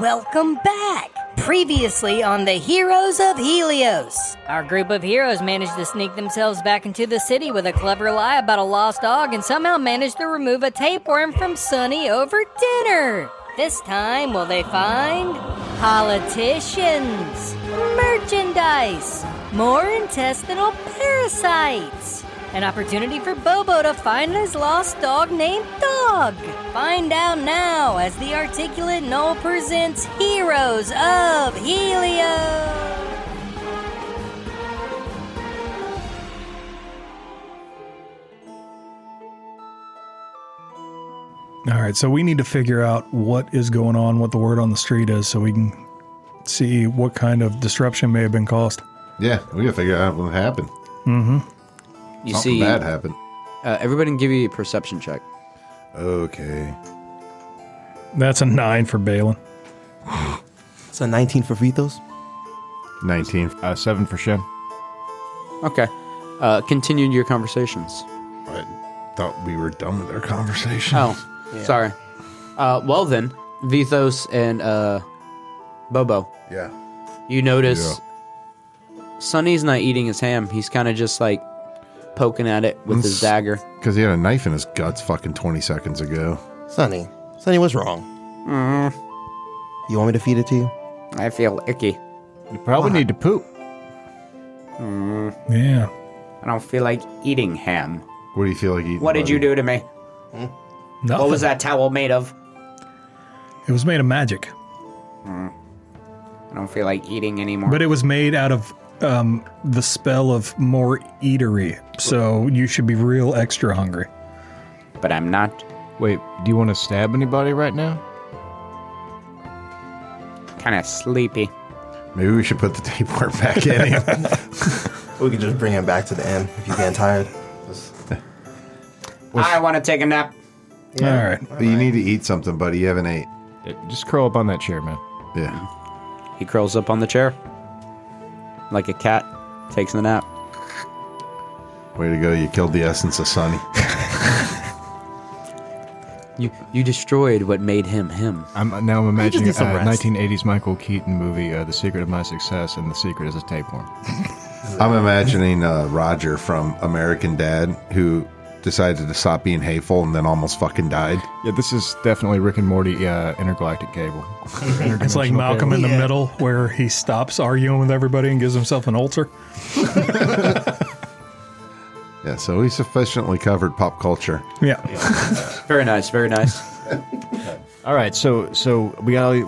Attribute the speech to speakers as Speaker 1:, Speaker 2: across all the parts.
Speaker 1: Welcome back! Previously on the Heroes of Helios.
Speaker 2: Our group of heroes managed to sneak themselves back into the city with a clever lie about a lost dog and somehow managed to remove a tapeworm from Sunny over dinner. This time, will they find politicians, merchandise, more intestinal parasites, an opportunity for Bobo to find his lost dog named Dog? Find out now as the Articulate Knoll presents Heroes of Helios.
Speaker 3: All right, so we need to figure out what is going on, what the word on the street is, so we can see what kind of disruption may have been caused. Mm-hmm.
Speaker 4: Yeah, we gotta figure out what happened.
Speaker 5: You
Speaker 4: Something
Speaker 5: see,
Speaker 4: bad
Speaker 5: uh,
Speaker 4: happened.
Speaker 5: everybody can give you a perception check.
Speaker 4: Okay.
Speaker 3: That's a nine for Balin.
Speaker 6: So 19 for Vitos.
Speaker 4: 19. Uh, 7 for Shem.
Speaker 5: Okay. Uh, continue your conversations.
Speaker 4: I thought we were done with our conversation.
Speaker 5: Oh, sorry. Uh, well then, Vithos and uh, Bobo,
Speaker 4: Yeah.
Speaker 5: you notice Sonny's not eating his ham. He's kind of just like poking at it with his
Speaker 4: Mm.
Speaker 5: dagger.
Speaker 4: Because he had a knife in his guts fucking 20 seconds ago.
Speaker 6: Sonny. Sonny was wrong. You want me to feed it to you?
Speaker 5: I feel icky. Uh-huh.
Speaker 4: You probably need to poop.
Speaker 3: Yeah.
Speaker 5: Mm. I don't feel like eating ham.
Speaker 4: What do you feel like eating?
Speaker 5: do to me?
Speaker 6: Hmm?
Speaker 3: Nothing.
Speaker 5: that towel made of?
Speaker 3: It was made of magic,
Speaker 6: Hmm.
Speaker 5: I don't feel like eating anymore.
Speaker 3: but it was made out of um, the spell of more eatery, so you should be real extra hungry.
Speaker 5: but I'm not.
Speaker 7: Wait, do you want to stab anybody right now?
Speaker 5: Kind of sleepy.
Speaker 4: Maybe we should put the tapeworm back in him.
Speaker 6: We could just bring him back to the end if you're getting tired. Just-
Speaker 5: I want to take a nap.
Speaker 3: All right.
Speaker 4: But you need to eat something, buddy. You haven't ate.
Speaker 7: Uh, Just curl up on that chair, man.
Speaker 4: Yeah.
Speaker 5: He curls up on the chair like a cat, takes a nap.
Speaker 4: Way to go. You killed the essence of Sunny.
Speaker 5: You you destroyed what made him him.
Speaker 7: I'm now I'm imagining a
Speaker 6: need some
Speaker 7: uh,
Speaker 6: rest.
Speaker 7: 1980s Michael Keaton movie, uh, The Secret of My Success, and the secret is a tapeworm.
Speaker 4: I'm imagining uh, Roger from American Dad who decided to stop being hateful and then almost fucking died.
Speaker 7: Yeah, this is definitely Rick and Morty uh, intergalactic cable.
Speaker 3: It's like Malcolm in the Middle, where he stops arguing with everybody and gives himself an ulcer.
Speaker 4: Yeah, so we sufficiently covered pop culture.
Speaker 3: Yeah.
Speaker 5: Very nice, very nice.
Speaker 7: All right, so so we got wh-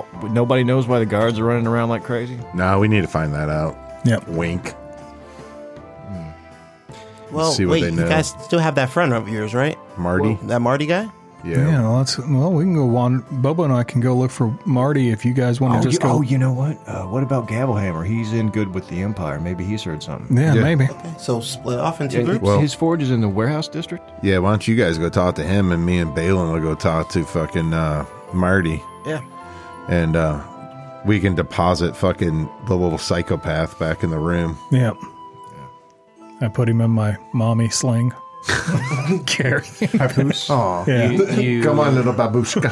Speaker 7: wh- wh- nobody knows why the guards are running around like crazy.
Speaker 4: No, we need to find that out.
Speaker 3: Yep.
Speaker 4: Wink.
Speaker 6: well,
Speaker 4: see what
Speaker 6: wait,
Speaker 4: they know.
Speaker 6: you guys still have that friend of yours, right?
Speaker 4: Marty.
Speaker 6: That Marty guy?
Speaker 4: yeah.
Speaker 3: Yeah. Well, that's, well, we can go on. Bobo and I can go look for Marty if you guys
Speaker 7: Oh,
Speaker 3: want to just go.
Speaker 7: know what? Uh, what about Gavelhammer? He's in good with the Empire. Maybe he's heard something.
Speaker 3: yeah,
Speaker 4: Yeah.
Speaker 3: maybe.
Speaker 6: So split off into groups.
Speaker 4: Well-
Speaker 7: His forge is in the warehouse district.
Speaker 4: Yeah, why don't you guys go talk to him and me and Balin will go talk to fucking uh, Marty
Speaker 6: yeah.
Speaker 4: and uh, we can deposit fucking the little psychopath back in the room.
Speaker 3: Yeah. I put him in my mommy sling. Carry.
Speaker 6: Aw. uh,
Speaker 3: Yeah.
Speaker 5: You, you,
Speaker 4: Come on, little babushka.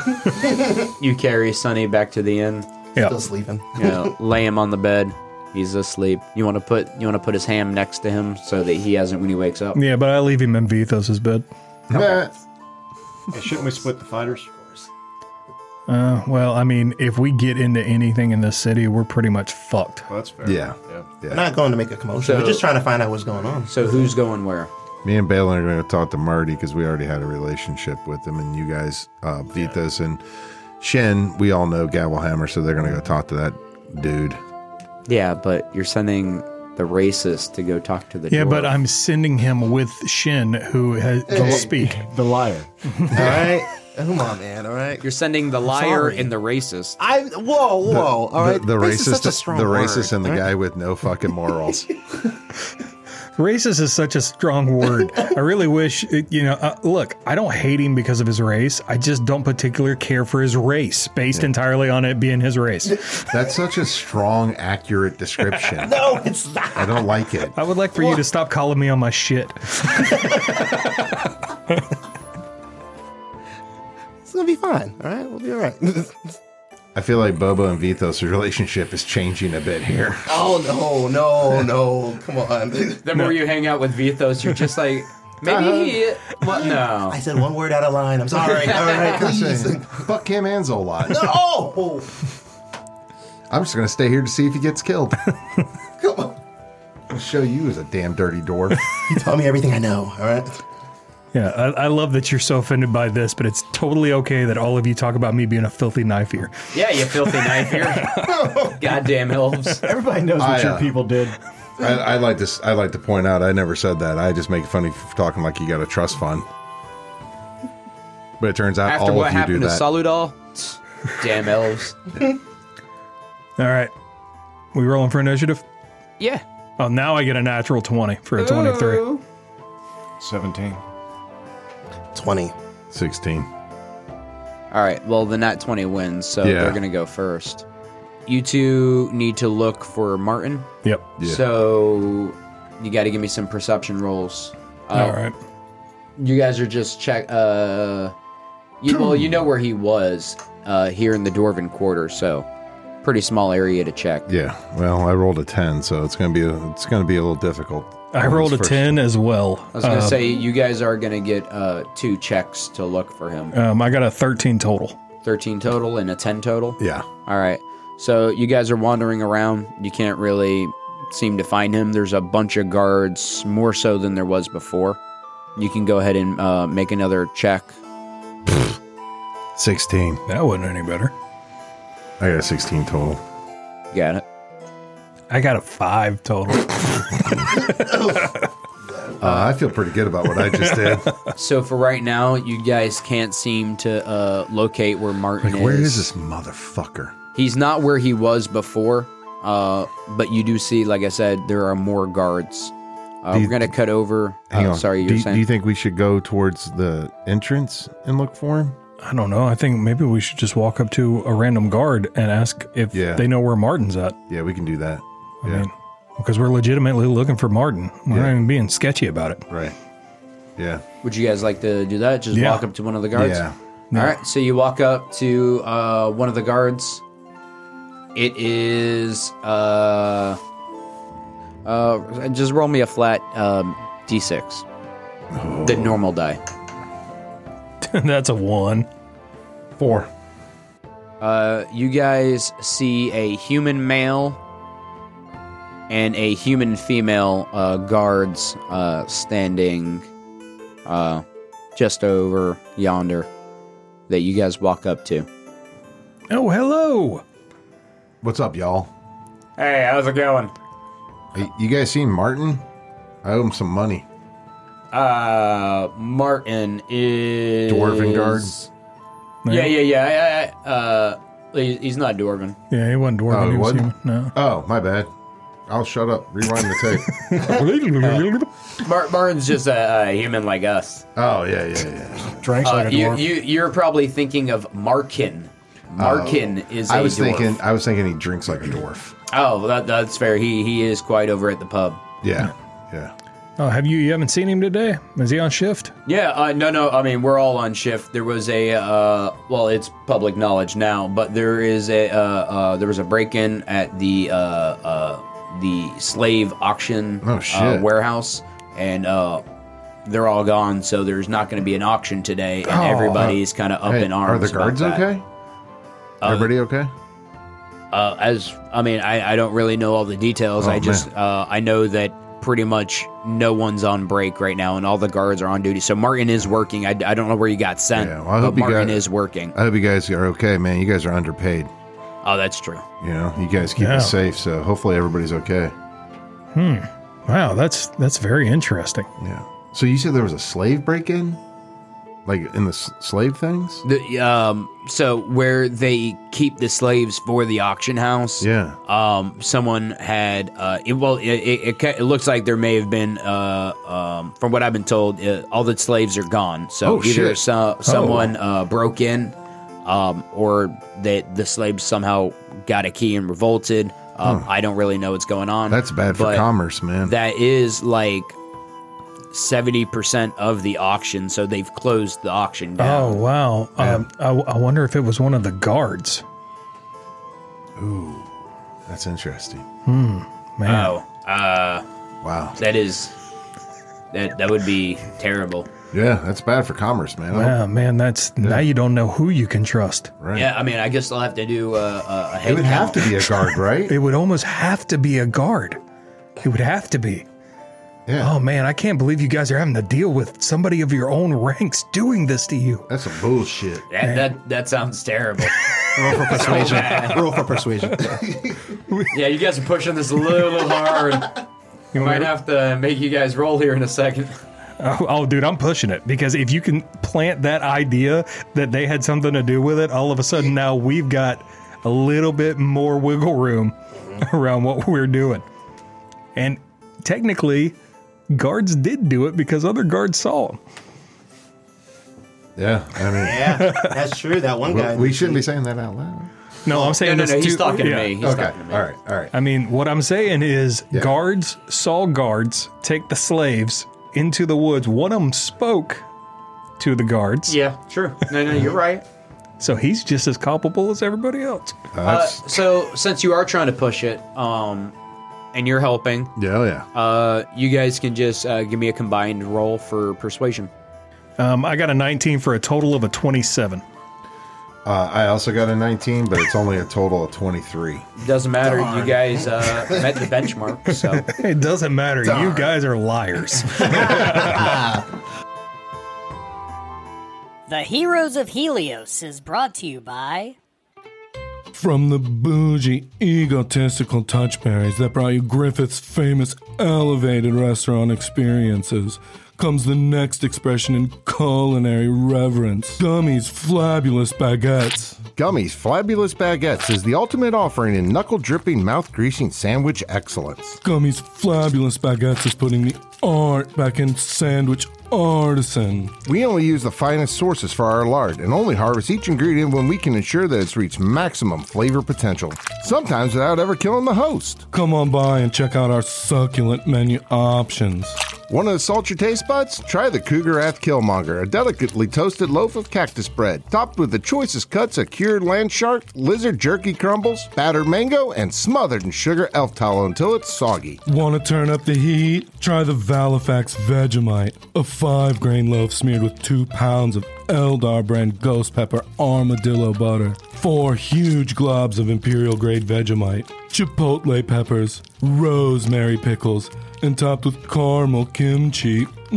Speaker 5: you carry Sonny back to the inn.
Speaker 3: Yeah.
Speaker 6: Still sleeping.
Speaker 5: You know, lay him on the bed. He's asleep. You want to put you want to put his ham next to him so that he hasn't when he wakes up.
Speaker 3: Yeah, but I leave him in Vithos's bed.
Speaker 4: Eh,
Speaker 7: shouldn't we split the fighters?
Speaker 3: Uh, well, I mean, if we get into anything in this city, we're pretty much fucked.
Speaker 7: Well, that's fair.
Speaker 4: yeah.
Speaker 6: We're not going to make a commotion.
Speaker 5: So-
Speaker 6: We're just trying to find out what's going on.
Speaker 5: So who's going where?
Speaker 4: Me and Balin are going to talk to Marty because we already had a relationship with him. And you guys, uh, Vitas and Shen, we all know Gavelhammer, so they're going to go talk to that dude.
Speaker 5: Yeah, but you're sending the racist to go talk to the
Speaker 3: Yeah, but uh,
Speaker 5: dwarf.
Speaker 3: I'm sending him with Shin, who has, can speak.
Speaker 7: The liar.
Speaker 6: all right? Come on, man. All right?
Speaker 5: you're sending the liar
Speaker 6: sorry.
Speaker 5: and the racist.
Speaker 6: I whoa whoa all right
Speaker 4: the, the
Speaker 6: This is
Speaker 4: racist,
Speaker 6: such a strong
Speaker 4: the
Speaker 6: word.
Speaker 4: racist, and the guy with no fucking morals.
Speaker 3: Racist is such a strong word. I really wish, it- you know, uh, look, I don't hate him because of his race. I just don't particularly care for his race, based entirely on it being his race.
Speaker 4: That's such a strong, accurate description.
Speaker 6: No, it's not.
Speaker 4: I don't like it.
Speaker 3: I would like for you to stop calling me on my shit.
Speaker 6: It's gonna be fine. All right, we'll be all right.
Speaker 4: I feel like Bobo and Vito's relationship is changing a bit here.
Speaker 6: Oh no, no, no! Come on.
Speaker 5: The more you hang out with Vithos, you're just like, maybe he. What? No.
Speaker 6: Uh-huh. I said one word out of line. I'm sorry. All right, please.
Speaker 4: Fuck him and Zolot.
Speaker 6: Oh, oh,
Speaker 4: I'm just gonna stay here to see if he gets killed.
Speaker 6: come on!
Speaker 4: I'll show you as a damn dirty dwarf.
Speaker 6: You tell me everything I know. All right.
Speaker 3: Yeah, I, I love that you're so offended by this, but it's totally okay that all of you talk about me being a filthy knife here.
Speaker 5: Yeah, you filthy knife here. Goddamn elves.
Speaker 7: Everybody knows what
Speaker 4: I,
Speaker 7: your
Speaker 4: uh,
Speaker 7: people did.
Speaker 4: I, I like this. I like to point out. I never said that. I just make fun of you for talking like you got a trust fund. But it turns out
Speaker 5: After
Speaker 4: all
Speaker 5: what
Speaker 4: of you do
Speaker 5: happened to
Speaker 4: that.
Speaker 5: Saludal, damn elves.
Speaker 3: All right, we rolling for initiative.
Speaker 5: Yeah.
Speaker 3: Oh, now I get a natural twenty for a twenty-three.
Speaker 5: Ooh.
Speaker 7: 17.
Speaker 6: Twenty.
Speaker 4: Sixteen.
Speaker 5: All right. Well, the nat 20 wins, so
Speaker 4: Yeah.
Speaker 5: they're going to go first. You two need to look for Martin.
Speaker 3: Yep.
Speaker 4: Yeah.
Speaker 5: So you got to give me some perception rolls. Uh,
Speaker 3: All right.
Speaker 5: You guys are just check. Uh, you, well, you know where he was uh, here in the Dwarven Quarter, so pretty small area to check.
Speaker 4: Yeah. Well, I rolled a ten, so it's gonna be a, it's gonna be a little difficult.
Speaker 3: I
Speaker 4: on
Speaker 3: rolled a
Speaker 4: this first-
Speaker 3: ten as well. Um,
Speaker 5: I was gonna say you guys are gonna get uh, two checks to look for him.
Speaker 3: Um, I got a thirteen total.
Speaker 5: Thirteen total and a ten total.
Speaker 4: Yeah.
Speaker 5: All right. So you guys are wandering around. You can't really seem to find him. There's a bunch of guards, more so than there was before. You can go ahead and uh, make another check.
Speaker 4: Sixteen.
Speaker 3: That wasn't any better.
Speaker 4: I got a sixteen total.
Speaker 5: Got it.
Speaker 3: I got a five total.
Speaker 4: Uh, I feel pretty good about what I just did.
Speaker 5: So for right now, you guys can't seem to uh, locate where Martin
Speaker 4: Like,
Speaker 5: is.
Speaker 4: where is this motherfucker?
Speaker 5: He's not where he was before, uh, but you do see, like I said, there are more guards. Uh,
Speaker 4: Do you-
Speaker 5: we're gonna cut over.
Speaker 4: Hang
Speaker 5: uh,
Speaker 4: on.
Speaker 5: Sorry, you
Speaker 4: do,
Speaker 5: were
Speaker 4: you-
Speaker 5: saying.
Speaker 4: do you think we should go towards the entrance and look for him?
Speaker 3: I don't know. I think maybe we should just walk up to a random guard and ask if
Speaker 4: Yeah.
Speaker 3: they know where Martin's at.
Speaker 4: Yeah, we can do that.
Speaker 3: I
Speaker 4: yeah.
Speaker 3: mean, because we're legitimately looking for Martin. We're not
Speaker 4: Yeah.
Speaker 3: even being sketchy about it.
Speaker 4: Right. Yeah.
Speaker 5: Would you guys like to do that? Just
Speaker 3: Yeah.
Speaker 5: walk up to one of the guards?
Speaker 4: Yeah.
Speaker 5: All right. So you walk up to uh, one of the guards. It is. Uh, uh, just roll me a flat um, d6.
Speaker 4: Oh.
Speaker 5: The normal die.
Speaker 3: That's a one.
Speaker 4: Four.
Speaker 5: Uh, you guys see a human male and a human female uh, guards uh, standing uh, just over yonder that you guys walk up to.
Speaker 3: Oh, hello.
Speaker 4: What's up, y'all?
Speaker 5: Hey, how's it going?
Speaker 4: Hey, You guys seen Martin? I owe him some money.
Speaker 5: Uh, Martin is
Speaker 4: Dwarven guard?
Speaker 5: Yeah, yeah, yeah. I, I, uh, he- he's not dwarven.
Speaker 3: Yeah, he wasn't dwarven.
Speaker 4: Oh, he
Speaker 3: he was
Speaker 4: wasn't?
Speaker 3: human. No.
Speaker 4: Oh, my bad. I'll shut up. Rewind the tape.
Speaker 5: Mar- Martin's just a, a human like us.
Speaker 4: oh yeah, yeah, yeah.
Speaker 7: Drank
Speaker 5: Uh, you, you, you're probably thinking of Markin. Markin is.
Speaker 4: Oh. I
Speaker 5: a
Speaker 4: was
Speaker 5: dwarf.
Speaker 4: thinking. I was thinking he drinks like a dwarf.
Speaker 5: Oh, well, that, that's fair. He he is quite over at the pub.
Speaker 4: Yeah, yeah.
Speaker 3: Oh, have you? You haven't seen him today? Is he on shift?
Speaker 5: Yeah, uh, no, no. I mean, we're all on shift. There was a uh, well, it's public knowledge now, but there is a uh, uh, there was a break in at the uh, uh, the slave auction
Speaker 4: Oh,
Speaker 5: Uh,
Speaker 4: shit.
Speaker 5: warehouse, and uh, they're all gone. So there's not going to be an auction today, and everybody's kind of up
Speaker 4: Oh, uh, Hey,
Speaker 5: in
Speaker 4: are
Speaker 5: arms.
Speaker 4: the guards
Speaker 5: about that.
Speaker 4: okay? Everybody okay?
Speaker 5: Uh, as I mean, I, I don't really know all the details.
Speaker 4: Oh,
Speaker 5: I just
Speaker 4: man.
Speaker 5: uh, I know that pretty much no one's on break right now, and all the guards are on duty. So Martin is working. I, I don't know where you got sent,
Speaker 4: Yeah, well, I hope
Speaker 5: but
Speaker 4: you
Speaker 5: Martin
Speaker 4: got-
Speaker 5: is working.
Speaker 4: I hope you guys are okay, man. You guys are underpaid.
Speaker 5: Oh, that's true.
Speaker 4: You know, you guys keep
Speaker 3: Yeah.
Speaker 4: us safe, so hopefully everybody's okay.
Speaker 3: Hmm. Wow, that's that's very interesting.
Speaker 4: Yeah. So you said there was a slave break-in, like in the s- slave things?
Speaker 5: The, um, so where they keep the slaves for the auction house,
Speaker 4: Yeah.
Speaker 5: um, someone had uh, it, well, it, it, it, ca- it looks like there may have been uh, um, from what I've been told, uh, all the slaves are gone. So
Speaker 4: Oh,
Speaker 5: either
Speaker 4: shit.
Speaker 5: so, someone uh, broke in, um, or that the slaves somehow got a key and revolted. Um, I don't really know what's going on.
Speaker 4: That's bad for
Speaker 5: but
Speaker 4: commerce, man.
Speaker 5: That is like. 70% of the auction, so they've closed the auction down.
Speaker 3: Oh wow. Um, I, I wonder if it was one of the guards.
Speaker 8: That's interesting.
Speaker 7: Hmm,
Speaker 3: Man,
Speaker 9: Oh, uh,
Speaker 8: Wow.
Speaker 9: that is that that would be terrible.
Speaker 8: Yeah, that's bad for commerce, man. I hope-
Speaker 3: wow, man, that's now you don't know who you can trust.
Speaker 8: Right.
Speaker 9: Yeah, I mean, I guess I'll have to do uh, a, a head
Speaker 8: It would have to be a guard, right?
Speaker 3: It would almost have to be a guard. It would have to be.
Speaker 8: Yeah.
Speaker 3: Oh man, I can't believe you guys are having to deal with somebody of your own ranks doing this to you.
Speaker 8: That's a bullshit.
Speaker 9: That, that that sounds terrible.
Speaker 6: Roll for persuasion. Roll for persuasion.
Speaker 5: Yeah, you guys are pushing this a little hard.
Speaker 3: You
Speaker 5: Might
Speaker 3: want me to-
Speaker 5: have to make you guys roll here in a second.
Speaker 3: oh, oh, dude, I'm pushing it because if you can plant that idea that they had something to do with it, all of a sudden now we've got a little bit more wiggle room
Speaker 5: Mm-hmm.
Speaker 3: around what we're doing. And technically, guards did do it because other guards saw them.
Speaker 8: Yeah. I mean,
Speaker 6: yeah, that's true. That one guy.
Speaker 8: we, we shouldn't be saying that out loud.
Speaker 3: No, I'm
Speaker 5: No,
Speaker 3: saying
Speaker 5: Oh, no,
Speaker 3: this
Speaker 5: no. He's
Speaker 3: to-
Speaker 5: talking
Speaker 3: yeah.
Speaker 5: to me. He's
Speaker 8: Okay.
Speaker 5: talking to me.
Speaker 8: All right. All right.
Speaker 3: I mean, what I'm saying is
Speaker 8: Yeah.
Speaker 3: guards saw guards take the slaves into the woods. One of them spoke to the guards.
Speaker 5: Yeah, sure. No, no, you're right.
Speaker 3: So he's just as culpable as everybody else.
Speaker 5: Uh,
Speaker 8: That's,
Speaker 5: so since you are trying to push it, um, and you're helping,
Speaker 8: yeah, oh, yeah.
Speaker 5: uh, you guys can just uh, give me a combined roll for persuasion.
Speaker 3: Um, I got a 19 for a total of a 27.
Speaker 8: Uh, I also got a 19, but it's only a total of 23.
Speaker 5: Doesn't matter. You guys uh, met the benchmark, so
Speaker 3: It doesn't matter. You guys are liars.
Speaker 1: The Heroes of Helios is brought to you by
Speaker 10: From the bougie, egotistical touchberries that brought you Griffith's famous elevated restaurant experiences comes the next expression in culinary reverence Dummy's Flabulous Baguettes.
Speaker 8: Gummies Flabulous Baguettes is the ultimate offering in knuckle dripping, mouth greasing sandwich excellence.
Speaker 10: Gummy's Flabulous Baguettes is putting the art back in sandwich artisan.
Speaker 8: We only use the finest sources for our lard and only harvest each ingredient when we can ensure that it's reached maximum flavor potential, sometimes without ever killing the host.
Speaker 10: Come on by and check out our succulent menu options.
Speaker 8: Want to assault your taste buds? Try the Cougar Ath Killmonger, a delicately toasted loaf of cactus bread, topped with the choicest cuts of cured land shark, lizard jerky crumbles, battered mango, and smothered in sugar elf tallow until it's soggy.
Speaker 10: Want to turn up the heat? Try the Valifax Vegemite, a five grain loaf smeared with two pounds of Eldar brand ghost pepper armadillo butter, four huge globs of imperial grade Vegemite, chipotle peppers, rosemary pickles, and topped with caramel kimchi. Mmm.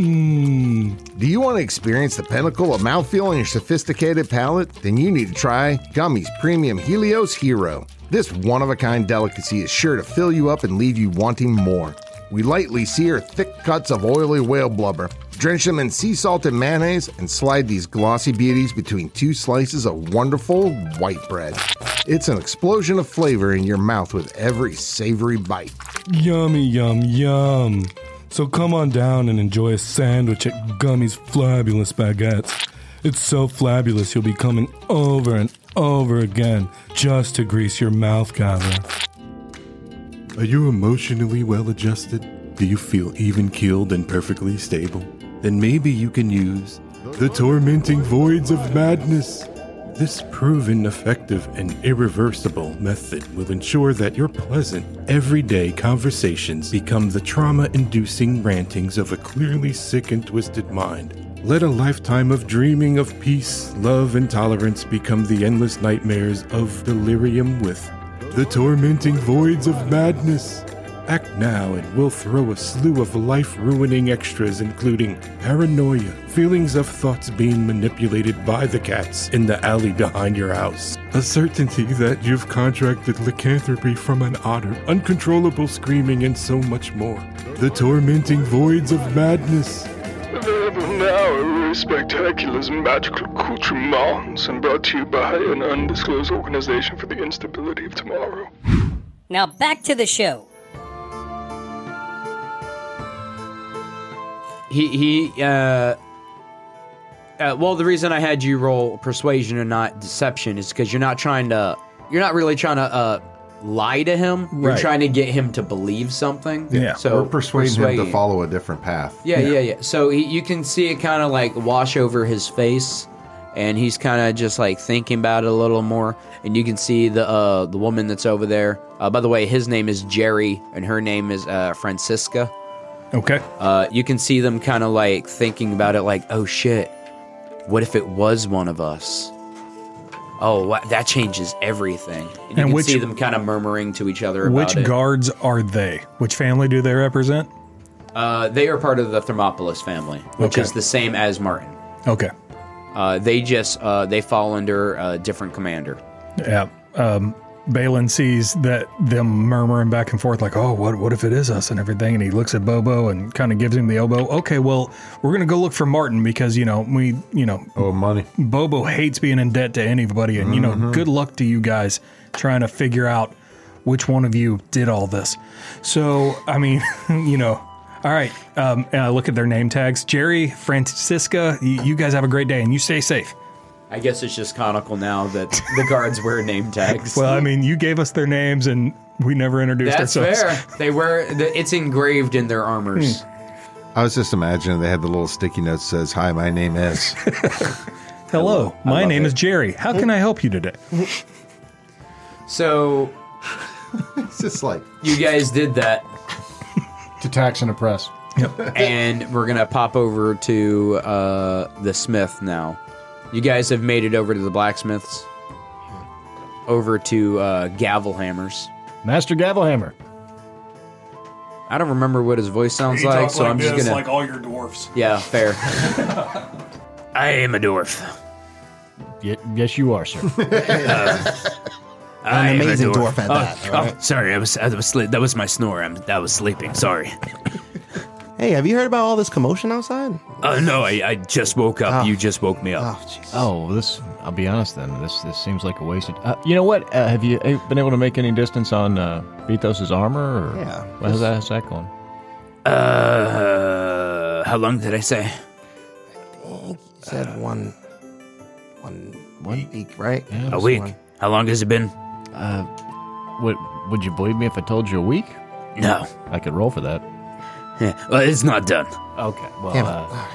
Speaker 8: Mm. Do you want to experience the pinnacle of mouthfeel on your sophisticated palate? Then you need to try Gummies Premium Helios Hero. This one of a kind delicacy is sure to fill you up and leave you wanting more. We lightly sear thick cuts of oily whale blubber, drench them in sea salt and mayonnaise, and slide these glossy beauties between two slices of wonderful white bread. It's an explosion of flavor in your mouth with every savory bite.
Speaker 10: Yummy, yum, yum. So come on down and enjoy a sandwich at Gummy's Flabulous Baguettes. It's so flabulous you'll be coming over and over again just to grease your mouth, Gavin.
Speaker 11: Are you emotionally well adjusted? Do you feel even keeled and perfectly stable? Then maybe you can use the tormenting voids of madness. This proven effective and irreversible method will ensure that your pleasant, everyday conversations become the trauma inducing rantings of a clearly sick and twisted mind. Let a lifetime of dreaming of peace, love, and tolerance become the endless nightmares of delirium with the tormenting voids of madness. Act now and we'll throw a slew of life ruining extras, including paranoia, feelings of thoughts being manipulated by the cats in the alley behind your house, a certainty that you've contracted lycanthropy from an otter, uncontrollable screaming, and so much more. The tormenting voids of madness.
Speaker 12: Available now at Rue Spectacular's Magical Accoutrements and brought to you by an undisclosed organization for the instability of tomorrow.
Speaker 1: Now back to the show.
Speaker 5: he he. Uh, uh, well, the reason I had you roll persuasion and not deception is because you're not trying to. You're not really trying to uh, lie to him. You're
Speaker 3: Right.
Speaker 5: trying to get him to believe something.
Speaker 3: Yeah.
Speaker 5: So persuade-
Speaker 8: follow a different path.
Speaker 5: Yeah, yeah, yeah. So he, you can see it kind of like wash over his face and he's kind of just like thinking about it a little more. And you can see the uh, the woman that's over there. Uh, by the way, his name is Jerry, and her name is uh, Francisca.
Speaker 3: Okay.
Speaker 5: Uh, you can see them kind of like thinking about it, like, oh shit, what if it was one of us? Oh, wha- that changes everything. And you
Speaker 3: And
Speaker 5: can
Speaker 3: which-
Speaker 5: see them kind of murmuring to each other about
Speaker 3: Which
Speaker 5: it.
Speaker 3: guards are they? Which family do they represent?
Speaker 5: Uh, they are part of the Thermopolis family, which
Speaker 3: Okay.
Speaker 5: is the same as Martin.
Speaker 3: Okay.
Speaker 5: Uh, they just uh, they fall under a different commander.
Speaker 3: Yeah. Um, Balin sees that them murmuring back and forth, like, "Oh, what? What if it is us?" and everything. And he looks at Bobo and kind of gives him the elbow. Okay, well, we're gonna go look for Martin because you know we, you know,
Speaker 11: oh money.
Speaker 3: Bobo hates being in debt to anybody, and you know,
Speaker 11: Mhm.
Speaker 3: good luck to you guys trying to figure out which one of you did all this. So, I mean, you know. All right, um, and I look at their name tags. Jerry, Francisca, y- you guys have a great day, and you stay safe.
Speaker 5: I guess it's just conical now that the guards wear name tags.
Speaker 3: Well, I mean, you gave us their names, and we never introduced
Speaker 5: that's
Speaker 3: ourselves.
Speaker 5: fair. They wear the, it's engraved in their armors.
Speaker 3: Hmm.
Speaker 4: I was just imagining they had the little sticky note that says, Hi, my name is.
Speaker 3: Hello,
Speaker 4: I
Speaker 3: my
Speaker 4: love
Speaker 3: name
Speaker 4: it.
Speaker 3: is Jerry. How can I help you today?
Speaker 5: So
Speaker 4: it's just like
Speaker 5: you guys did that,
Speaker 13: to tax and oppress.
Speaker 5: and we're gonna pop over to uh, the smith now. You guys have made it over to the blacksmiths, over to uh, gavel hammers.
Speaker 7: Master Gavelhammer.
Speaker 5: I don't remember what his voice sounds like, so I'm just gonna.
Speaker 3: all your dwarfs.
Speaker 5: yeah, fair.
Speaker 9: I am a dwarf.
Speaker 7: Ye- yes, you are, sir. Um,
Speaker 9: I am a
Speaker 7: amazing dwarf at
Speaker 9: Oh,
Speaker 7: that,
Speaker 9: oh,
Speaker 7: alright.
Speaker 9: Sorry, I was I was sli- that was my snore. I'm, I was sleeping. Sorry.
Speaker 6: Hey, have you heard about all this commotion outside?
Speaker 9: Oh no, I, I just woke up.
Speaker 7: Oh.
Speaker 9: You just woke me up.
Speaker 7: Oh, well, this. I'll be honest then. This this seems like a wasted. Uh, you know what? Uh, have you uh, been able to make any distance on uh, Vithos's armor? Or
Speaker 9: Yeah,
Speaker 7: How's that, how's that going?
Speaker 9: Uh, how long did I say?
Speaker 6: Said one, one, one week, right?
Speaker 9: a week. How long has it been?
Speaker 7: Uh, would would you believe me if I told you a week?
Speaker 9: No.
Speaker 7: I could roll for that.
Speaker 9: Yeah, well, it's not done.
Speaker 7: Okay. Well,
Speaker 6: Damn it.
Speaker 7: uh,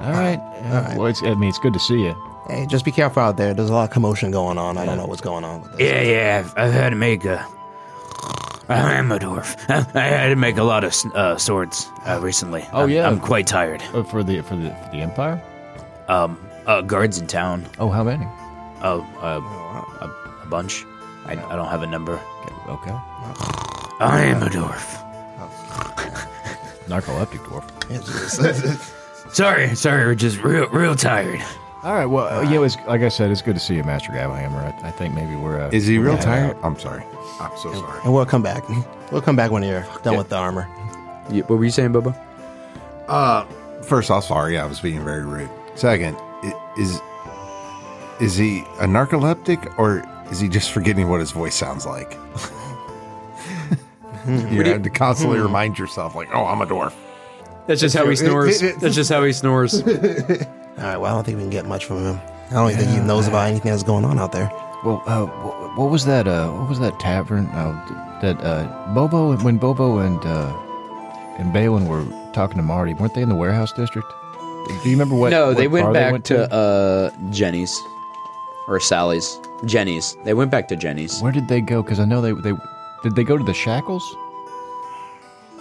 Speaker 7: all right. uh,
Speaker 6: right.
Speaker 7: Well, it's, I mean, it's good to see you.
Speaker 6: Hey, just be careful out there. There's a lot of commotion going on. I don't know what's going on. With
Speaker 9: Yeah, yeah. I've, I've had to make a. I am a dwarf. I had to make a lot of s- uh, swords uh, recently.
Speaker 7: Oh,
Speaker 9: I'm-
Speaker 7: yeah.
Speaker 9: I'm quite tired.
Speaker 7: Uh, for the for the for the Empire.
Speaker 9: Um, uh, guards in town.
Speaker 7: Oh, how many?
Speaker 9: Oh, uh, a, a bunch. I, I don't have a number.
Speaker 7: Okay.
Speaker 9: I am a dwarf.
Speaker 7: Narcoleptic dwarf.
Speaker 6: Oh,
Speaker 9: sorry, sorry. We're just real, real tired.
Speaker 7: All right. Well, uh, yeah. It was, like I said, it's good to see you, Master Gavelhammer. I, I think maybe we're. Uh,
Speaker 4: Is he
Speaker 7: we're
Speaker 4: real
Speaker 7: headed
Speaker 4: tired?
Speaker 7: out.
Speaker 4: I'm sorry. I'm so sorry.
Speaker 6: And we'll come back. We'll come back when you're done with the armor.
Speaker 5: what were you saying, Bubba?
Speaker 4: Uh, first off, sorry, I was being very rude. Second, i- is is he a narcoleptic or is he just forgetting what his voice sounds like? you
Speaker 5: Hmm. do you-
Speaker 4: have to constantly
Speaker 5: Hmm.
Speaker 4: remind yourself, like, oh, I'm a dwarf.
Speaker 5: That's just how he snores. That's just how he snores.
Speaker 6: All right. Well, I don't think we can get much from him. I don't even think he knows about anything that's going on out there.
Speaker 7: Well, uh, wh- what was that? Uh, what was that tavern? Uh, that uh, Bobo when Bobo and uh, and Balin were talking to Marty, weren't they in the warehouse district? Do you remember what?
Speaker 5: no,
Speaker 7: what
Speaker 5: they went
Speaker 7: bar
Speaker 5: back
Speaker 7: went
Speaker 5: to, uh, Jenny's or Sally's. Jenny's. They went back to Jenny's.
Speaker 7: Where did they go? Because I know they they did they go to the Shackles.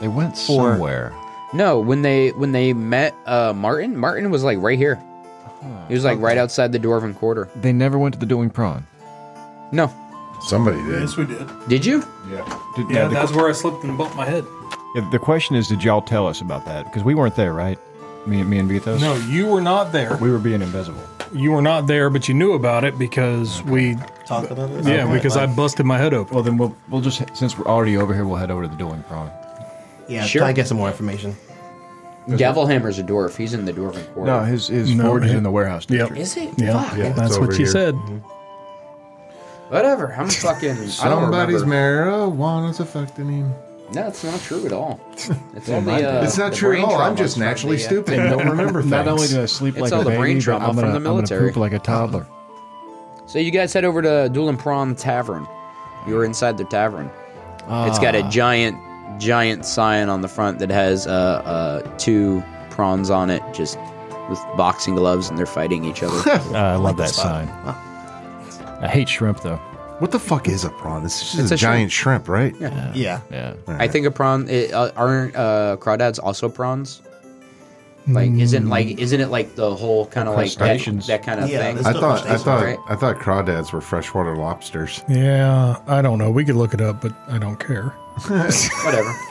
Speaker 7: They went
Speaker 5: Or-
Speaker 7: somewhere.
Speaker 5: No, when they when they met uh, Martin, Martin was like right here. He was like right outside the Dwarven Quarter.
Speaker 7: They never went to the Doing Prawn.
Speaker 5: No.
Speaker 4: Somebody
Speaker 10: Yes, we did.
Speaker 5: Did you?
Speaker 4: Yeah.
Speaker 7: Did,
Speaker 3: Yeah,
Speaker 7: now the,
Speaker 3: that's where I slipped and bumped my head.
Speaker 7: yeah, the question is, did y'all tell us about that? Because we weren't there, right? Me, me and Vithos.
Speaker 3: No, you were not there.
Speaker 7: we were being invisible.
Speaker 3: You were not there, but you knew about it because we
Speaker 6: talked about it.
Speaker 3: Yeah,
Speaker 7: Okay.
Speaker 3: because I busted my head open.
Speaker 7: Well, then we'll we'll just since we're already over here, we'll head over to the Doing Prawn.
Speaker 6: Yeah.
Speaker 5: Sure.
Speaker 6: Try to get some more information.
Speaker 5: Gavelhammer's a dwarf. He's in the Dwarven Quarter.
Speaker 7: No, his his
Speaker 3: No,
Speaker 7: forge is
Speaker 3: it-
Speaker 7: in the warehouse
Speaker 3: Yep.
Speaker 7: district.
Speaker 5: Is he?
Speaker 3: Yeah,
Speaker 5: Fuck.
Speaker 3: that's what you said.
Speaker 5: Whatever. I'm fucking.
Speaker 4: Somebody's
Speaker 5: I don't remember.
Speaker 4: marijuana's affecting him.
Speaker 5: No, it's not true at all. It's all
Speaker 4: Yeah, mine
Speaker 5: the. Uh,
Speaker 4: It's not
Speaker 5: the
Speaker 4: true at
Speaker 7: Oh,
Speaker 5: brain
Speaker 4: all. I'm
Speaker 5: traumas
Speaker 4: just
Speaker 5: from
Speaker 4: naturally
Speaker 5: the, uh,
Speaker 4: stupid and don't remember things.
Speaker 7: Not only do I sleep
Speaker 5: It's
Speaker 7: like
Speaker 5: all
Speaker 7: a
Speaker 5: the
Speaker 7: baby,
Speaker 5: brain
Speaker 7: but
Speaker 5: trauma
Speaker 7: I'm gonna,
Speaker 5: from the
Speaker 7: I'm gonna
Speaker 5: military.
Speaker 7: poop like a toddler.
Speaker 5: So you guys head over to Doolin Prawn Tavern. You were inside the tavern. it's got a
Speaker 7: Ah.
Speaker 5: giant, giant sign on the front that has uh, uh, two prawns on it, just with boxing gloves and they're fighting each other.
Speaker 7: I love that sign. I hate shrimp though.
Speaker 4: What the fuck is a prawn? This is just
Speaker 5: It's
Speaker 4: a,
Speaker 5: a
Speaker 4: giant
Speaker 5: shrimp.
Speaker 4: shrimp, right?
Speaker 5: Yeah.
Speaker 6: Yeah.
Speaker 7: Yeah.
Speaker 5: I think a prawn it, uh, aren't uh, crawdads also prawns? Like isn't like isn't it like the whole kind of like that,
Speaker 4: Crustaceans.
Speaker 5: that kind of thing?
Speaker 4: I thought I thought
Speaker 5: Right?
Speaker 4: I thought crawdads were freshwater lobsters.
Speaker 3: Yeah, I don't know. We could look it up, but I don't care.
Speaker 5: whatever.
Speaker 9: Oh,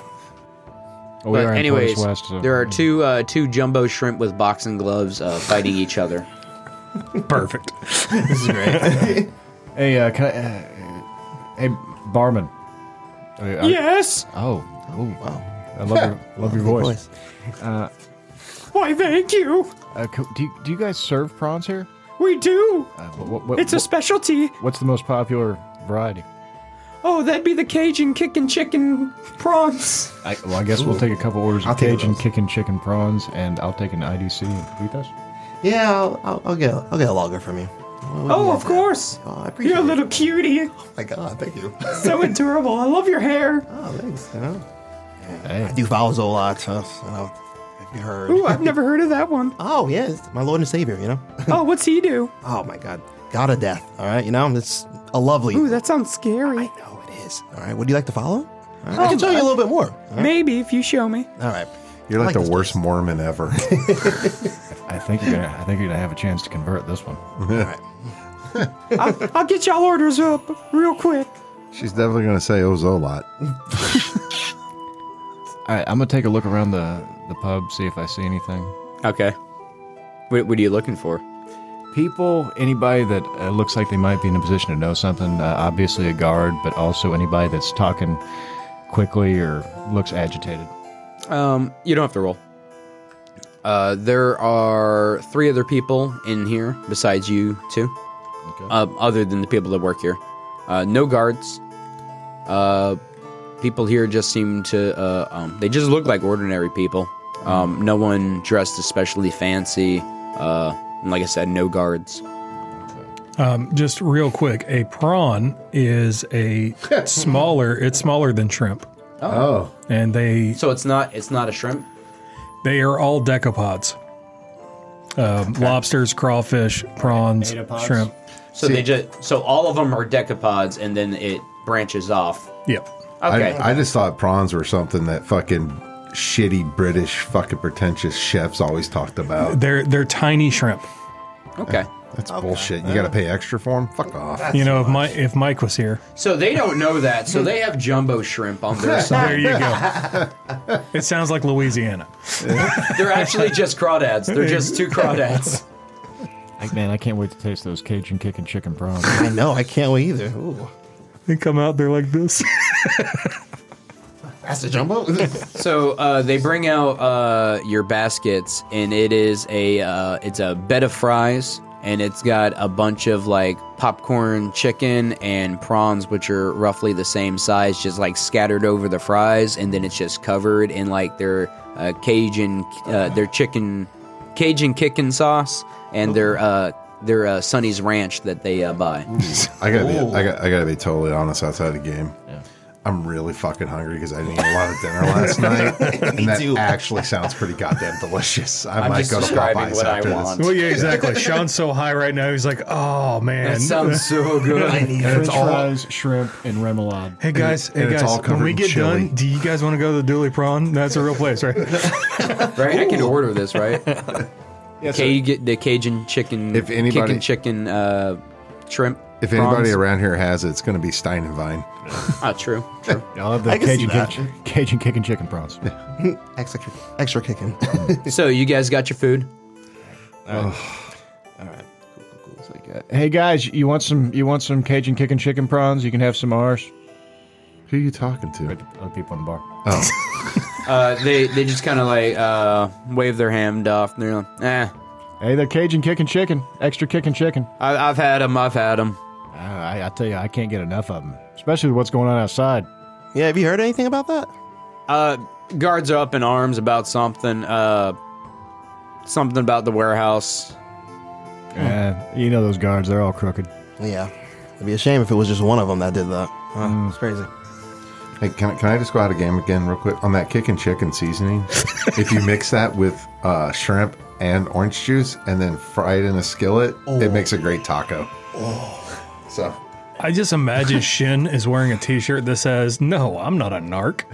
Speaker 7: Well, we
Speaker 5: but
Speaker 7: are in
Speaker 5: anyways,
Speaker 7: Portage West, so-
Speaker 5: there are two uh, two jumbo shrimp with boxing gloves uh, fighting each other.
Speaker 3: Perfect.
Speaker 7: this is great. hey, uh, can I, uh, hey, barman. I- I-
Speaker 9: Yes?
Speaker 7: Oh, oh, wow! I love your love your voice. Uh,
Speaker 9: Why, thank you.
Speaker 7: uh, co- do you, do you guys serve prawns here?
Speaker 9: We do.
Speaker 7: Uh, what, what, what,
Speaker 9: it's a specialty.
Speaker 7: What's the most popular variety?
Speaker 9: Oh, that'd be the Cajun kicking chicken prawns.
Speaker 7: I, well, I guess
Speaker 6: Ooh.
Speaker 7: we'll take a couple orders
Speaker 6: I'll
Speaker 7: of
Speaker 6: take
Speaker 7: Cajun
Speaker 6: those.
Speaker 7: kicking chicken prawns, and I'll take an IDC and Vitas.
Speaker 6: Yeah, I'll, I'll, I'll get I'll get a logger from you.
Speaker 9: Oh, of course. You're a little cutie.
Speaker 6: Oh my god, thank you.
Speaker 9: so adorable. I love your hair.
Speaker 6: Oh, thanks. You know, I do vows a lot. So, so have you heard?
Speaker 9: Ooh, I've never heard of that one.
Speaker 6: Oh, yes. My Lord and Savior, you know.
Speaker 9: Oh, what's he do?
Speaker 6: Oh my God, God of Death. All right, you know it's a lovely.
Speaker 9: Ooh, that sounds scary.
Speaker 6: All right, would you like to follow? All right,
Speaker 9: Oh,
Speaker 6: I can tell you a little bit more.
Speaker 9: Maybe if you show me.
Speaker 6: All right.
Speaker 4: You're like,
Speaker 7: like
Speaker 4: the worst Mormon ever.
Speaker 7: I think you're gonna I think you're gonna have a chance to convert this one.
Speaker 9: I'll, I'll get y'all orders up real quick.
Speaker 4: She's definitely gonna say Ozolot.
Speaker 7: All right, I'm gonna take a look around the the pub, see if I see anything.
Speaker 5: Okay. What, what are you looking for?
Speaker 7: People, anybody that uh, looks like they might be in a position to know something. Uh, obviously a guard, but also anybody that's talking quickly or looks agitated.
Speaker 5: Um, you don't have to roll. Uh, there are three other people in here besides you two, uh, other than the people that work here. Uh, no guards. Uh, people here just seem to. Uh, um, they just look like ordinary people.
Speaker 6: Hmm.
Speaker 5: Um, no one dressed especially fancy. Uh, and like I said, no guards.
Speaker 3: Um, just real quick, a prawn is a smaller. It's smaller than shrimp.
Speaker 5: Oh.
Speaker 3: and they
Speaker 5: So it's not. It's not a shrimp.
Speaker 3: they are all decapods. Um, Lobsters, crawfish, prawns,
Speaker 5: Aedopods.
Speaker 3: shrimp.
Speaker 5: So they just. So all of them are decapods, and then it branches off.
Speaker 3: Yep.
Speaker 5: Okay.
Speaker 4: I, I just thought prawns were something that fucking shitty British fucking pretentious chefs always talked about.
Speaker 3: They're they're tiny shrimp.
Speaker 5: Okay.
Speaker 4: That's bullshit. You got to pay extra for them. Fuck off.
Speaker 3: you know, if my if Mike was here,
Speaker 5: So they don't know that. So they have jumbo shrimp on their
Speaker 3: there
Speaker 5: side.
Speaker 3: you go. it sounds like Louisiana.
Speaker 5: They're actually just crawdads. They're just two crawdads.
Speaker 7: Like, man, I can't wait to taste those Cajun kicking chicken prawns.
Speaker 6: I know. I can't wait either. Ooh,
Speaker 3: They come out there like this.
Speaker 6: that's a jumbo.
Speaker 5: So uh, they bring out uh, your baskets, and it is a uh, it's a bed of fries, and it's got a bunch of like popcorn, chicken, and prawns, which are roughly the same size, just like scattered over the fries, and then it's just covered in like their uh, Cajun uh, their chicken Cajun kicking sauce and their uh, their uh, Sonny's Ranch that they uh, buy.
Speaker 4: I gotta be, I, got, I gotta be totally honest outside the game. I'm really fucking hungry because I didn't eat a lot of dinner last night, and that actually sounds pretty goddamn delicious. I
Speaker 5: I'm
Speaker 4: might
Speaker 5: just
Speaker 4: go to
Speaker 5: describing
Speaker 4: Popeyes
Speaker 5: what I
Speaker 4: after
Speaker 5: want.
Speaker 4: this.
Speaker 3: well, yeah, exactly. Sean's so high right now. He's like, oh man,
Speaker 5: That sounds so good.
Speaker 4: And
Speaker 7: French
Speaker 4: it's all-
Speaker 7: fries, shrimp, and remoulade.
Speaker 3: Hey guys, hey
Speaker 4: And it's
Speaker 3: guys,
Speaker 4: all
Speaker 3: when
Speaker 4: covered
Speaker 3: we
Speaker 4: in
Speaker 3: get
Speaker 4: chili.
Speaker 3: done, do you guys want to go to the Dooley Prawn? That's a real place, right?
Speaker 5: Right? I can order this, right? Ca- get the Cajun chicken,
Speaker 4: If anybody-
Speaker 5: kicking chicken, uh, shrimp.
Speaker 4: If anybody
Speaker 5: prawns.
Speaker 4: around here has it, it's gonna be Stein and Vine.
Speaker 5: ah, true, true.
Speaker 7: I'll have the
Speaker 6: I can see
Speaker 7: Cajun,
Speaker 6: that.
Speaker 7: kicking, Cajun kicking chicken prawns.
Speaker 6: extra, extra kicking.
Speaker 5: so you guys got your food. Oh.
Speaker 6: All right. Cool, cool, cool. So I got-
Speaker 7: Hey guys, you want some? You want some Cajun kicking chicken prawns? You can have some ours.
Speaker 4: Who are you talking to? Oh.
Speaker 7: Other people in the bar.
Speaker 5: Uh, they they just kind of like uh, wave their hand off. And they're like, eh,
Speaker 7: Hey, the Cajun kicking chicken, extra kicking chicken.
Speaker 5: I, I've had them. I've had them.
Speaker 7: Ah, I, I tell you, I can't get enough of them, especially with what's going on outside.
Speaker 6: Yeah, have you heard anything about that?
Speaker 5: Uh, guards are up in arms about something. Uh, something about the warehouse.
Speaker 7: Uh, you know those guards; they're all crooked.
Speaker 6: Yeah, it'd be a shame if it was just one of them that did that. Huh, It's crazy.
Speaker 4: Mm. Hey, can, I- can I just go out of game again real quick on that kicking chicken seasoning? if you mix that with uh, shrimp
Speaker 8: and orange juice and then fry it in a skillet, it makes a great taco. So
Speaker 4: I just imagine Shin is wearing a T-shirt that says, "No, I'm not a narc."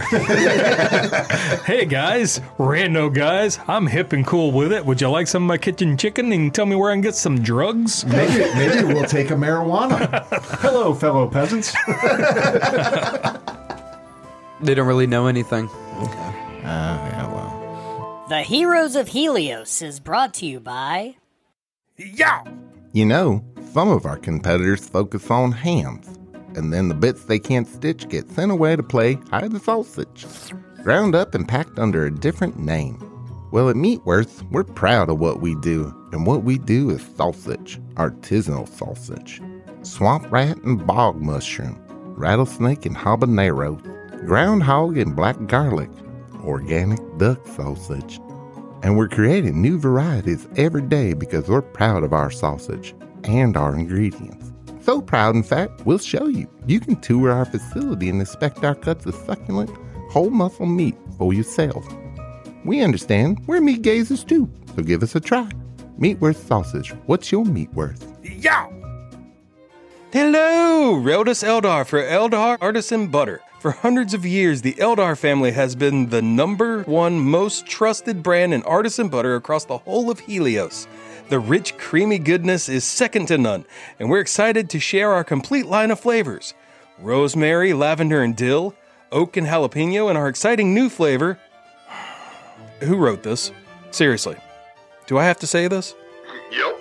Speaker 4: hey guys, rando guys, I'm hip and cool with it. Would you like some of my kitchen chicken and tell me where I can get some drugs?
Speaker 8: Maybe, maybe we'll take a marijuana.
Speaker 7: Hello, fellow peasants.
Speaker 5: They don't really know anything.
Speaker 14: Uh, yeah, well.
Speaker 1: The Heroes of Helios is brought to you by.
Speaker 8: Yeah! You know, some of our competitors focus on hams, and then the bits they can't stitch get sent away to play hide the sausage, ground up and packed under a different name. Well, at Meatworth, we're proud of what we do, and what we do is sausage, artisanal sausage, swamp rat and bog mushroom, rattlesnake and habanero, groundhog and black garlic, organic duck sausage. And we're creating new varieties every day because we're proud of our sausage and our ingredients. So proud, in fact, we'll show you. You can tour our facility and inspect our cuts of succulent, whole muscle meat for yourself. We understand we're meat gazers too, so give us a try. Meatworth Sausage, what's your meat worth?
Speaker 3: Yeah. Hello, Reldas Eldar for Eldar Artisan Butter. For hundreds of years, the Eldar family has been the number one most trusted brand in artisan butter across the whole of Helios. The rich, creamy goodness is second to none, and we're excited to share our complete line of flavors rosemary, lavender, and dill, oak and jalapeno, and our exciting new flavor. Who wrote this? Seriously. Do I have to say this?
Speaker 15: Yep.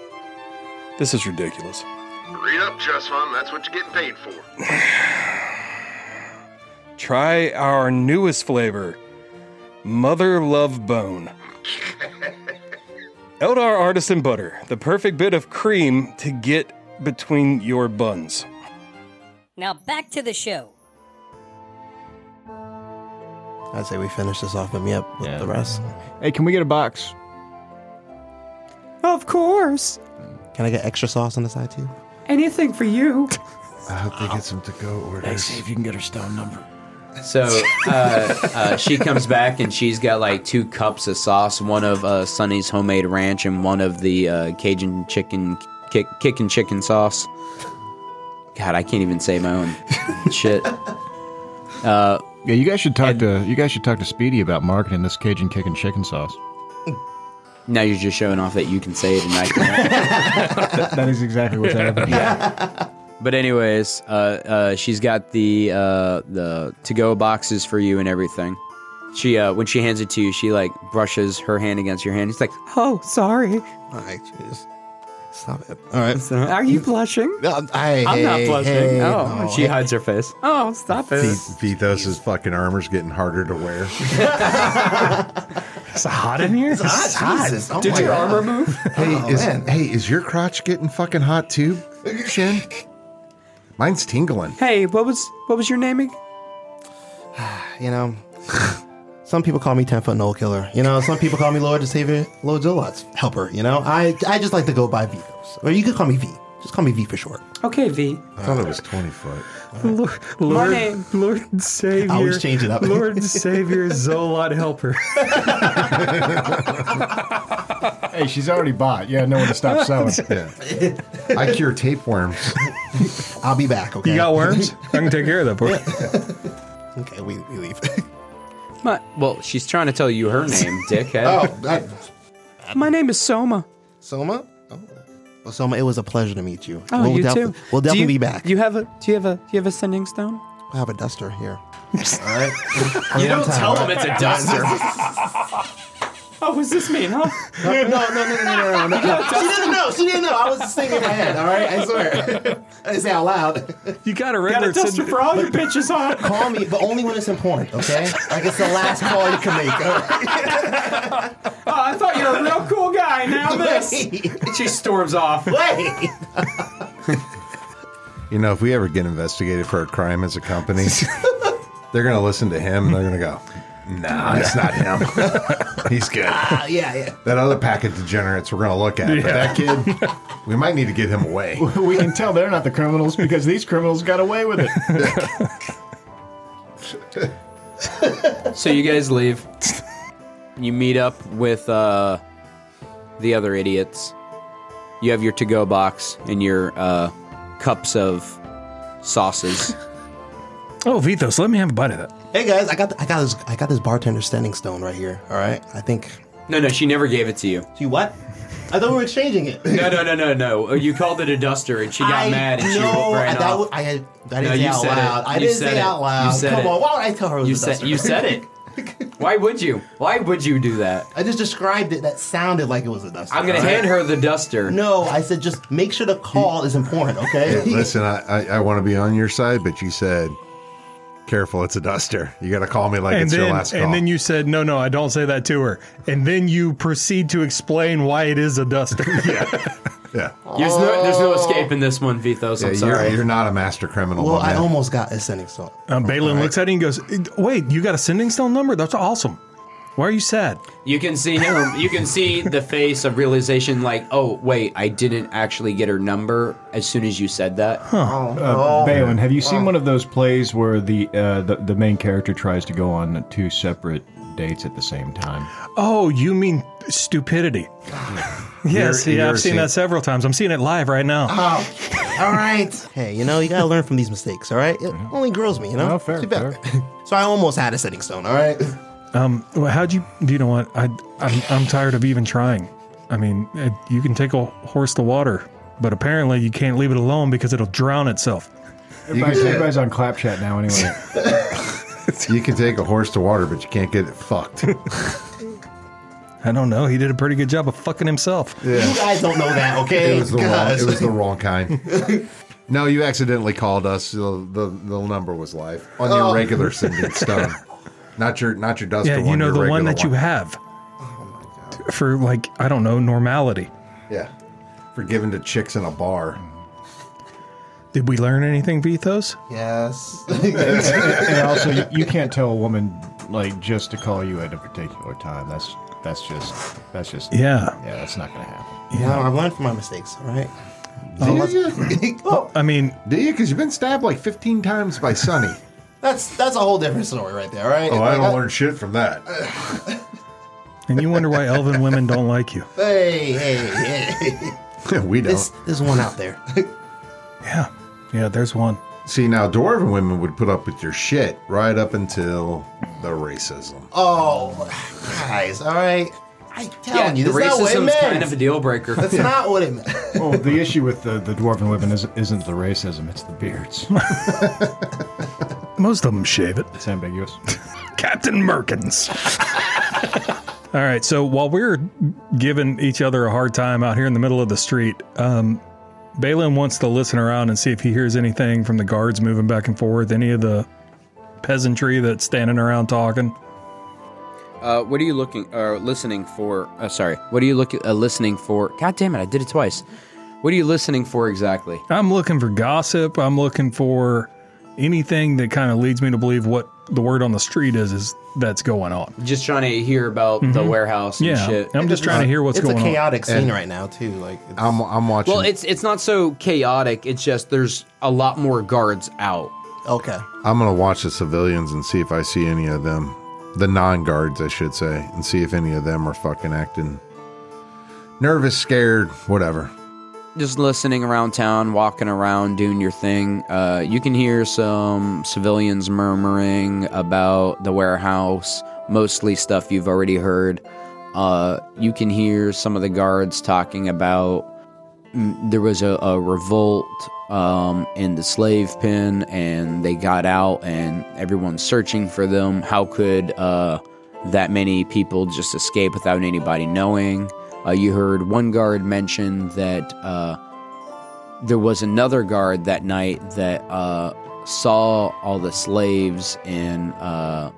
Speaker 3: This is ridiculous.
Speaker 15: Read up, Just Fun. That's what you're getting paid for.
Speaker 3: Try our newest flavor Mother Love Bone. Eldar Artisan Butter, the perfect bit of cream to get between your buns.
Speaker 2: Now back to the show.
Speaker 6: I'd say we finish this off and yep with the rest.
Speaker 14: Hey, can we get a box?
Speaker 9: Of course.
Speaker 6: Can I get extra sauce on the side too?
Speaker 9: Anything for you.
Speaker 8: I hope
Speaker 9: Oh,
Speaker 8: they get some to go orders.
Speaker 5: Hey,
Speaker 6: see if you can get her stone number.
Speaker 5: So uh, uh, she comes back and she's got like two cups of sauce, one of uh, Sonny's homemade ranch and one of the uh, Cajun chicken kick, kick and chicken sauce. God, I can't even say my own shit. Uh,
Speaker 14: yeah, you guys should talk to you guys should talk to Speedy about marketing this Cajun kicking chicken sauce.
Speaker 5: Now you're just showing off that you can say it and I can't.
Speaker 7: that is exactly what's happening.
Speaker 5: But anyways, uh, uh, she's got the uh, the to go boxes for you and everything. She uh, when she hands it to you, she like brushes her hand against your hand. It's like,
Speaker 9: Oh, sorry.
Speaker 6: All right, jeez. Stop it. All right.
Speaker 9: Are you blushing?
Speaker 6: I,
Speaker 9: I'm not blushing. oh,
Speaker 5: she hides her face.
Speaker 9: oh, stop it.
Speaker 8: Vithos's fucking armor's getting harder to wear.
Speaker 4: It's hot in here.
Speaker 8: It's hot,
Speaker 4: It's hot.
Speaker 8: Jesus. Oh my God.
Speaker 9: move?
Speaker 8: Hey, is, hey, is your crotch getting fucking hot too, Shin? Mine's tingling.
Speaker 9: Hey, what was what was your name? ag-
Speaker 6: You know, some people call me ten foot Noel killer. You know, some people call me Lord the Savior, Lord Zolot's helper. You know, I I just like to go by Vito's, or you could call me V. Just call me V for short.
Speaker 9: Okay, V.
Speaker 8: I thought it was 20 foot.
Speaker 4: Lord,
Speaker 9: My name.
Speaker 4: Lord and Savior.
Speaker 6: Always change it up.
Speaker 4: Lord and Savior Zolot Helper.
Speaker 7: hey, she's already bought. Yeah, no one to stop selling.
Speaker 8: I cure tapeworms.
Speaker 6: I'll be back. Okay.
Speaker 4: You got worms? I can take care of that for you.
Speaker 6: Okay, we, we leave.
Speaker 9: My,
Speaker 5: Well, she's trying to tell you her name, dickhead.
Speaker 6: that,
Speaker 9: my name is Soma.
Speaker 6: Soma. Oh. Well, Soma, it was a pleasure to meet you.
Speaker 9: Oh,
Speaker 6: we'll
Speaker 9: you
Speaker 6: def-
Speaker 9: too.
Speaker 6: We'll
Speaker 9: Do
Speaker 6: definitely
Speaker 9: you-
Speaker 6: be back.
Speaker 9: Do you have a do you have a do you have a sending stone?
Speaker 6: I have a duster here. All right.
Speaker 5: You don't tell them it's a duster.
Speaker 9: Oh, what's this mean, huh?
Speaker 6: No, no, no, no, no, no, no, no. She didn't know. She didn't know. I was just thinking in my head. All right, I swear. I didn't say out loud.
Speaker 4: You gotta
Speaker 9: Got
Speaker 4: remember
Speaker 9: a
Speaker 4: it's in-
Speaker 9: duster for all your bitches on.
Speaker 6: Call me, but only when it's important. Okay? Like it's the last call you can make. All right.
Speaker 9: Oh, I thought you were a real cool guy. Now this.
Speaker 5: she storms off.
Speaker 6: Wait.
Speaker 8: You know, if we ever get investigated for a crime as a company, they're going to listen to him and they're going to go, nah, it's not him. He's good.
Speaker 6: Ah, yeah, yeah.
Speaker 8: That other pack of degenerates we're going to look at, but that kid, we might need to get him away.
Speaker 7: we can tell they're not the criminals because these criminals got away with it.
Speaker 5: So you guys leave. You meet up with uh, the other idiots. You have your to go box and your uh, cups of sauces.
Speaker 3: Oh, Vitos, let me have a bite of that.
Speaker 6: Hey guys, I got th- I got this I got this bartender standing stone right here. All right, I think.
Speaker 5: no, no, she never gave it to you.
Speaker 6: She what? I thought we were exchanging it.
Speaker 5: No, no, no, no, no. You called it a duster, and she got
Speaker 6: I
Speaker 5: mad, and she
Speaker 6: know,
Speaker 5: ran
Speaker 6: I, that
Speaker 5: off.
Speaker 6: w- I, had- I didn't
Speaker 5: No,
Speaker 6: say
Speaker 5: you
Speaker 6: out
Speaker 5: said it.
Speaker 6: loud. I
Speaker 5: You
Speaker 6: didn't
Speaker 5: said
Speaker 6: say
Speaker 5: it.
Speaker 6: out loud.
Speaker 5: You said
Speaker 6: Come
Speaker 5: it.
Speaker 6: on, why would I tell her it was
Speaker 5: you
Speaker 6: a
Speaker 5: said
Speaker 6: duster?
Speaker 5: you said it. Why would you? Why would you do that?
Speaker 6: I just described it. That sounded like it was a duster.
Speaker 5: I'm gonna
Speaker 6: all right?
Speaker 5: hand her the duster.
Speaker 6: No, I said just make sure the call is important. Okay.
Speaker 4: Listen, I, I, I want to be on your side, but you said, careful, it's a duster. You got to call me like
Speaker 3: and
Speaker 4: it's
Speaker 3: then,
Speaker 4: your last call.
Speaker 3: and then you said, "No, no, I don't say that to her." And then you proceed to explain why it is a duster. yeah,
Speaker 4: yeah.
Speaker 5: There's no, there's no escaping this one, Vithos.
Speaker 4: Yeah,
Speaker 5: I'm
Speaker 4: you're-
Speaker 5: sorry.
Speaker 4: You're, not a master criminal.
Speaker 6: well,
Speaker 4: my
Speaker 6: I
Speaker 4: man.
Speaker 6: almost got a sending stone.
Speaker 3: Um, Balin looks at it and goes, "Wait, you got a sending stone number? That's awesome. Why are you sad?"
Speaker 5: You can see him. You can see the face of realization, like, oh wait, I didn't actually get her number. As soon as you said that,
Speaker 7: Oh,
Speaker 2: Oh.
Speaker 8: Uh, Balin, have you seen one of those plays where the, uh, the the main character tries to go on two separate dates at the same time?
Speaker 3: Oh, you mean stupidity? yes,
Speaker 8: You're-
Speaker 3: yeah,
Speaker 8: you're
Speaker 3: I've seen that
Speaker 8: seeing-
Speaker 3: several times. I'm seeing it live right now.
Speaker 6: Oh, all right. Hey, you know you gotta learn from these mistakes. All right. It only grows me. You know.
Speaker 3: No, fair,
Speaker 6: Too bad. so I almost had a sending stone. All right.
Speaker 3: Um, well, how'd you? Do you know what? I, I'm, I'm tired of even trying. I mean, it, you can take a horse to water, but apparently you can't leave it alone because it'll drown itself.
Speaker 8: Everybody's, everybody's on clap chat now, anyway.
Speaker 4: you can take a horse to water, but you can't get it fucked.
Speaker 3: I don't know. He did a pretty good job of fucking himself.
Speaker 6: You guys don't know that, okay?
Speaker 4: It was the, wrong,
Speaker 6: Guys.
Speaker 4: it was the wrong kind. No, you accidentally called us. The, the, the number was live on your
Speaker 6: Oh.
Speaker 4: regular sending stone, not your not your duster
Speaker 3: yeah,
Speaker 4: one. Oh
Speaker 3: you know
Speaker 4: your
Speaker 3: the one
Speaker 4: regular
Speaker 3: that you have for like I don't know normality.
Speaker 4: Yeah, for giving to chicks in a bar.
Speaker 3: Did we learn anything, Vithos?
Speaker 6: Yes.
Speaker 8: and also, you, you can't tell a woman like just to call you at a particular time. That's that's just that's just
Speaker 3: Yeah.
Speaker 8: yeah. That's not gonna happen.
Speaker 6: You know, I've learned from my mistakes. All right.
Speaker 4: Do you?
Speaker 3: I mean,
Speaker 4: do you? Because you've been stabbed like 15 times by Sonny.
Speaker 6: That's that's a whole different story right there. All right.
Speaker 4: Oh, I
Speaker 6: Like,
Speaker 4: don't learn shit from that.
Speaker 3: And you wonder why elven women don't like you.
Speaker 6: Hey, hey, hey.
Speaker 4: we don't.
Speaker 6: There's, there's one out there.
Speaker 3: Yeah, there's one.
Speaker 4: See, now dwarven women would put up with your shit right up until the racism.
Speaker 6: Oh, guys, all right. I telling you,
Speaker 5: the
Speaker 6: that's not what it
Speaker 5: racism's
Speaker 6: meant.
Speaker 5: kind of a deal breaker.
Speaker 6: That's not what it meant.
Speaker 8: Well, the issue with the, the dwarven women is, isn't the racism; it's the beards.
Speaker 3: Most of them shave it.
Speaker 8: It's ambiguous.
Speaker 3: Captain Merkins. All right, so while we're giving each other a hard time out here in the middle of the street, um, Balin wants to listen around and see if he hears anything from the guards moving back and forth, any of the peasantry that's standing around talking.
Speaker 5: Uh, what are you looking or listening for? Uh, sorry, what are you looking uh, listening for? God damn it, I did it twice. What are you listening for exactly?
Speaker 3: I'm looking for gossip. I'm looking for anything that kind of leads me to believe what the word on the street is is that's going on.
Speaker 5: Just trying to hear about the
Speaker 3: Mhm.
Speaker 5: warehouse and
Speaker 3: Yeah,
Speaker 5: shit.
Speaker 3: I'm just trying to hear what's
Speaker 6: it's
Speaker 3: going
Speaker 6: a
Speaker 3: on.
Speaker 6: chaotic scene
Speaker 5: And-
Speaker 6: right now too. Like it's,
Speaker 4: I'm I'm watching.
Speaker 5: Well, it's it's not so chaotic. It's just there's a lot more guards out.
Speaker 6: Okay.
Speaker 4: I'm gonna watch the civilians and see if I see any of them, the non-guards, I should say, and see if any of them are fucking acting nervous, scared, whatever.
Speaker 5: Just listening around town, walking around, doing your thing. Uh, you can hear some civilians murmuring about the warehouse, mostly stuff you've already heard. Uh, you can hear some of the guards talking about mm, there was a, a revolt um, in the slave pen and they got out and everyone's searching for them. How could uh, that many people just escape without anybody knowing? Uh, you heard one guard mention that uh, there was another guard that night that uh, saw all the slaves and uh,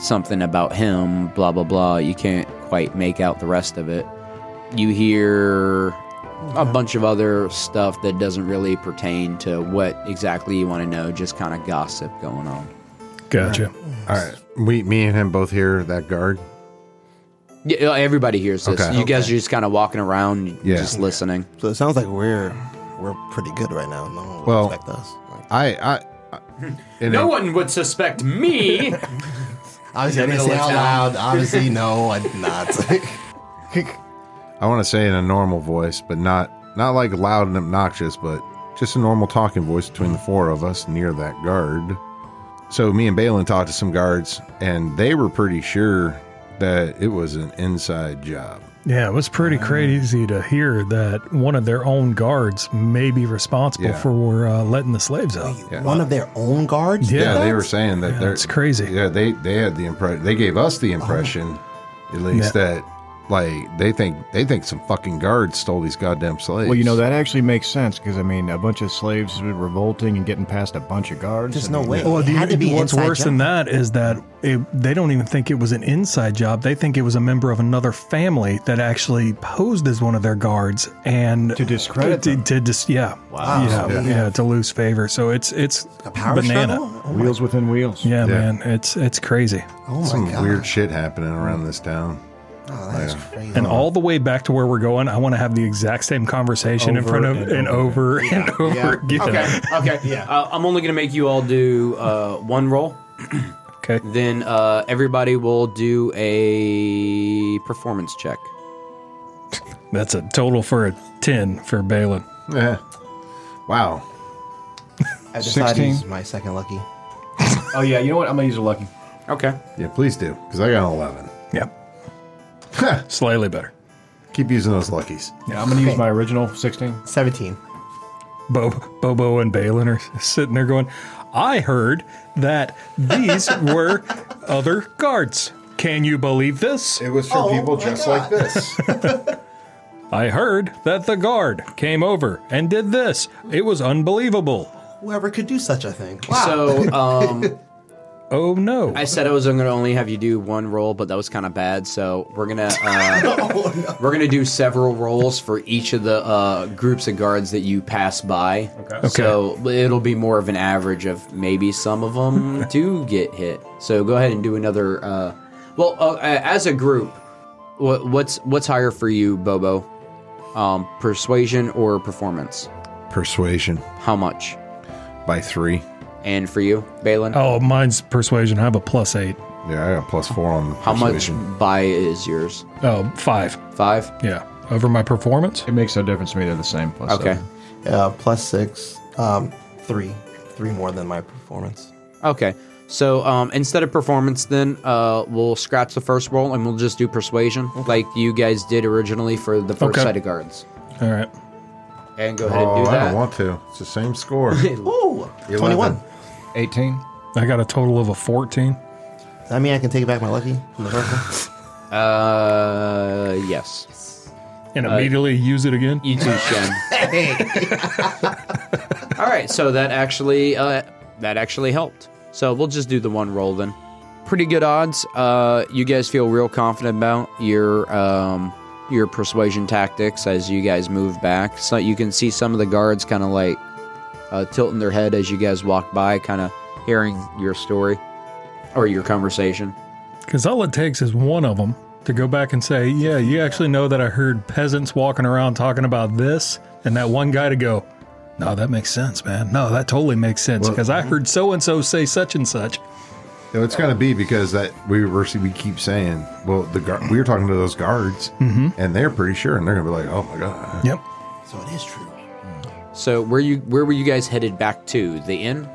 Speaker 5: something about him, blah, blah, blah. You can't quite make out the rest of it. You hear a bunch of other stuff that doesn't really pertain to what exactly you want to know, just kind of gossip going on.
Speaker 3: Gotcha.
Speaker 4: All right, we, me and him both hear that guard.
Speaker 5: Yeah, everybody hears this.
Speaker 4: Okay.
Speaker 5: You guys are just kind of walking around,
Speaker 4: Yeah.
Speaker 5: just listening.
Speaker 6: So it sounds like we're we're pretty good right now. No one would
Speaker 4: Well,
Speaker 6: expect us.
Speaker 4: I, I, I and
Speaker 5: No
Speaker 4: then-
Speaker 5: one would suspect me.
Speaker 6: Obviously, I
Speaker 5: In the
Speaker 6: didn't say
Speaker 5: middle
Speaker 6: out
Speaker 5: of town.
Speaker 6: loud. Obviously, no, I did not.
Speaker 4: I want to say in a normal voice, but not not like loud and obnoxious, but just a normal talking voice between the four of us near that guard. So me and Balin talked to some guards, and they were pretty sure that it was an inside job.
Speaker 3: Yeah, it was pretty crazy to hear that one of their own guards may be responsible
Speaker 4: Yeah.
Speaker 3: for uh, letting the slaves out.
Speaker 6: One of their own guards? did
Speaker 4: Yeah, they
Speaker 6: that?
Speaker 4: were saying that they're
Speaker 3: it's crazy.
Speaker 4: Yeah, they they had the impression they gave us the impression,
Speaker 7: Uh-huh.
Speaker 4: at least that like they think they think some fucking guards stole these goddamn slaves.
Speaker 7: Well, you know that actually makes sense because I mean, a bunch of slaves were revolting and getting past a bunch of guards. I mean,
Speaker 3: Well, do you- what's worse than that is that it, they don't even think it was an inside job. They think it was a member of another family that actually posed as one of their guards and to
Speaker 7: discredit
Speaker 3: to, to dis- yeah,
Speaker 7: Wow.
Speaker 3: yeah,
Speaker 7: Yeah.
Speaker 3: yeah, to lose favor. So it's it's
Speaker 7: power
Speaker 3: banana
Speaker 7: struggle? Wheels within wheels.
Speaker 4: Yeah.
Speaker 3: Yeah, man, it's it's crazy.
Speaker 6: Oh
Speaker 4: some weird shit happening around this town.
Speaker 6: Oh, that's crazy.
Speaker 3: And all the way back to where we're going, I want to have the exact same conversation in
Speaker 7: Over
Speaker 3: front of
Speaker 7: and
Speaker 3: and, over and over again.
Speaker 5: Okay. Okay.
Speaker 6: yeah.
Speaker 5: Uh, I'm only gonna make you all do uh, one roll.
Speaker 3: okay.
Speaker 5: Then uh, everybody will do a performance check.
Speaker 3: That's a total for a ten for Balin.
Speaker 4: Yeah. Wow.
Speaker 6: I decided to
Speaker 8: 16.
Speaker 6: use my second lucky.
Speaker 8: Oh yeah, you know what? I'm gonna use a lucky.
Speaker 5: Okay.
Speaker 4: Yeah, please do because I got an eleven.
Speaker 3: Yep. Slightly better.
Speaker 4: Keep using those luckies.
Speaker 8: Yeah, I'm gonna use my original sixteen.
Speaker 6: 17.
Speaker 3: Bo- Bobo and Balin are sitting there going, I heard that these were other guards. Can you believe this? It
Speaker 4: was
Speaker 3: from
Speaker 4: people just like this.
Speaker 3: I heard that the guard came over and did this. It was unbelievable.
Speaker 6: Whoever could do such a thing.
Speaker 5: So, um,
Speaker 3: oh no!
Speaker 5: I said I was gonna only have you do one roll, but that was kind of bad. So we're gonna uh, we're gonna do several rolls for each of the uh, groups of guards that you pass by. Okay. So it'll be more of an average of maybe some of them do get hit. So go ahead and do another. Uh, well, uh, as a group, what, what's what's higher for you, Bobo? Um, persuasion or performance?
Speaker 4: Persuasion.
Speaker 5: How much?
Speaker 4: By three.
Speaker 5: And for you, Balin?
Speaker 3: Oh, mine's persuasion. I have a plus eight.
Speaker 4: Yeah, I got plus four on
Speaker 5: How much buy is yours?
Speaker 3: Oh, five.
Speaker 5: Five?
Speaker 3: Yeah. Over my performance?
Speaker 8: It makes no difference to me. They're the same. Plus
Speaker 5: Okay.
Speaker 8: seven.
Speaker 6: Uh, plus six. Um, three. Three more than my performance.
Speaker 5: Okay. So um, instead of performance, then uh, we'll scratch the first roll and we'll just do persuasion, like you guys did originally for the first
Speaker 4: Okay.
Speaker 5: set of guards.
Speaker 3: All right.
Speaker 5: And go ahead and
Speaker 4: Oh,
Speaker 5: do
Speaker 4: I
Speaker 5: that.
Speaker 4: don't want to. It's the same score.
Speaker 6: Ooh, 21.
Speaker 3: 18. I got a total of a 14.
Speaker 6: Does that mean I can take back my lucky from the first one?
Speaker 5: Uh, yes. Uh,
Speaker 3: And immediately use it again?
Speaker 5: You too, Shen. All right. So that actually uh, that actually helped. So we'll just do the one roll then. Pretty good odds. Uh, you guys feel real confident about your um, your persuasion tactics as you guys move back. So you can see some of the guards kind of like uh, tilting their head as you guys walk by, kind of hearing your story or your conversation.
Speaker 3: Because all it takes is one of them to go back and say, Yeah, you actually know that I heard peasants walking around talking about this. And that one guy to go, No, that makes sense, man. No, that totally makes sense.
Speaker 4: Well-
Speaker 3: Because I heard so and so say such and such.
Speaker 4: No, it's gonna be because that we were we keep saying. Well, the guard, we were talking to those guards,
Speaker 3: Mhm.
Speaker 4: and they're pretty sure, and they're gonna be like, "Oh my god."
Speaker 3: Yep.
Speaker 6: So it is true.
Speaker 5: So where you where were you guys headed back to? The inn?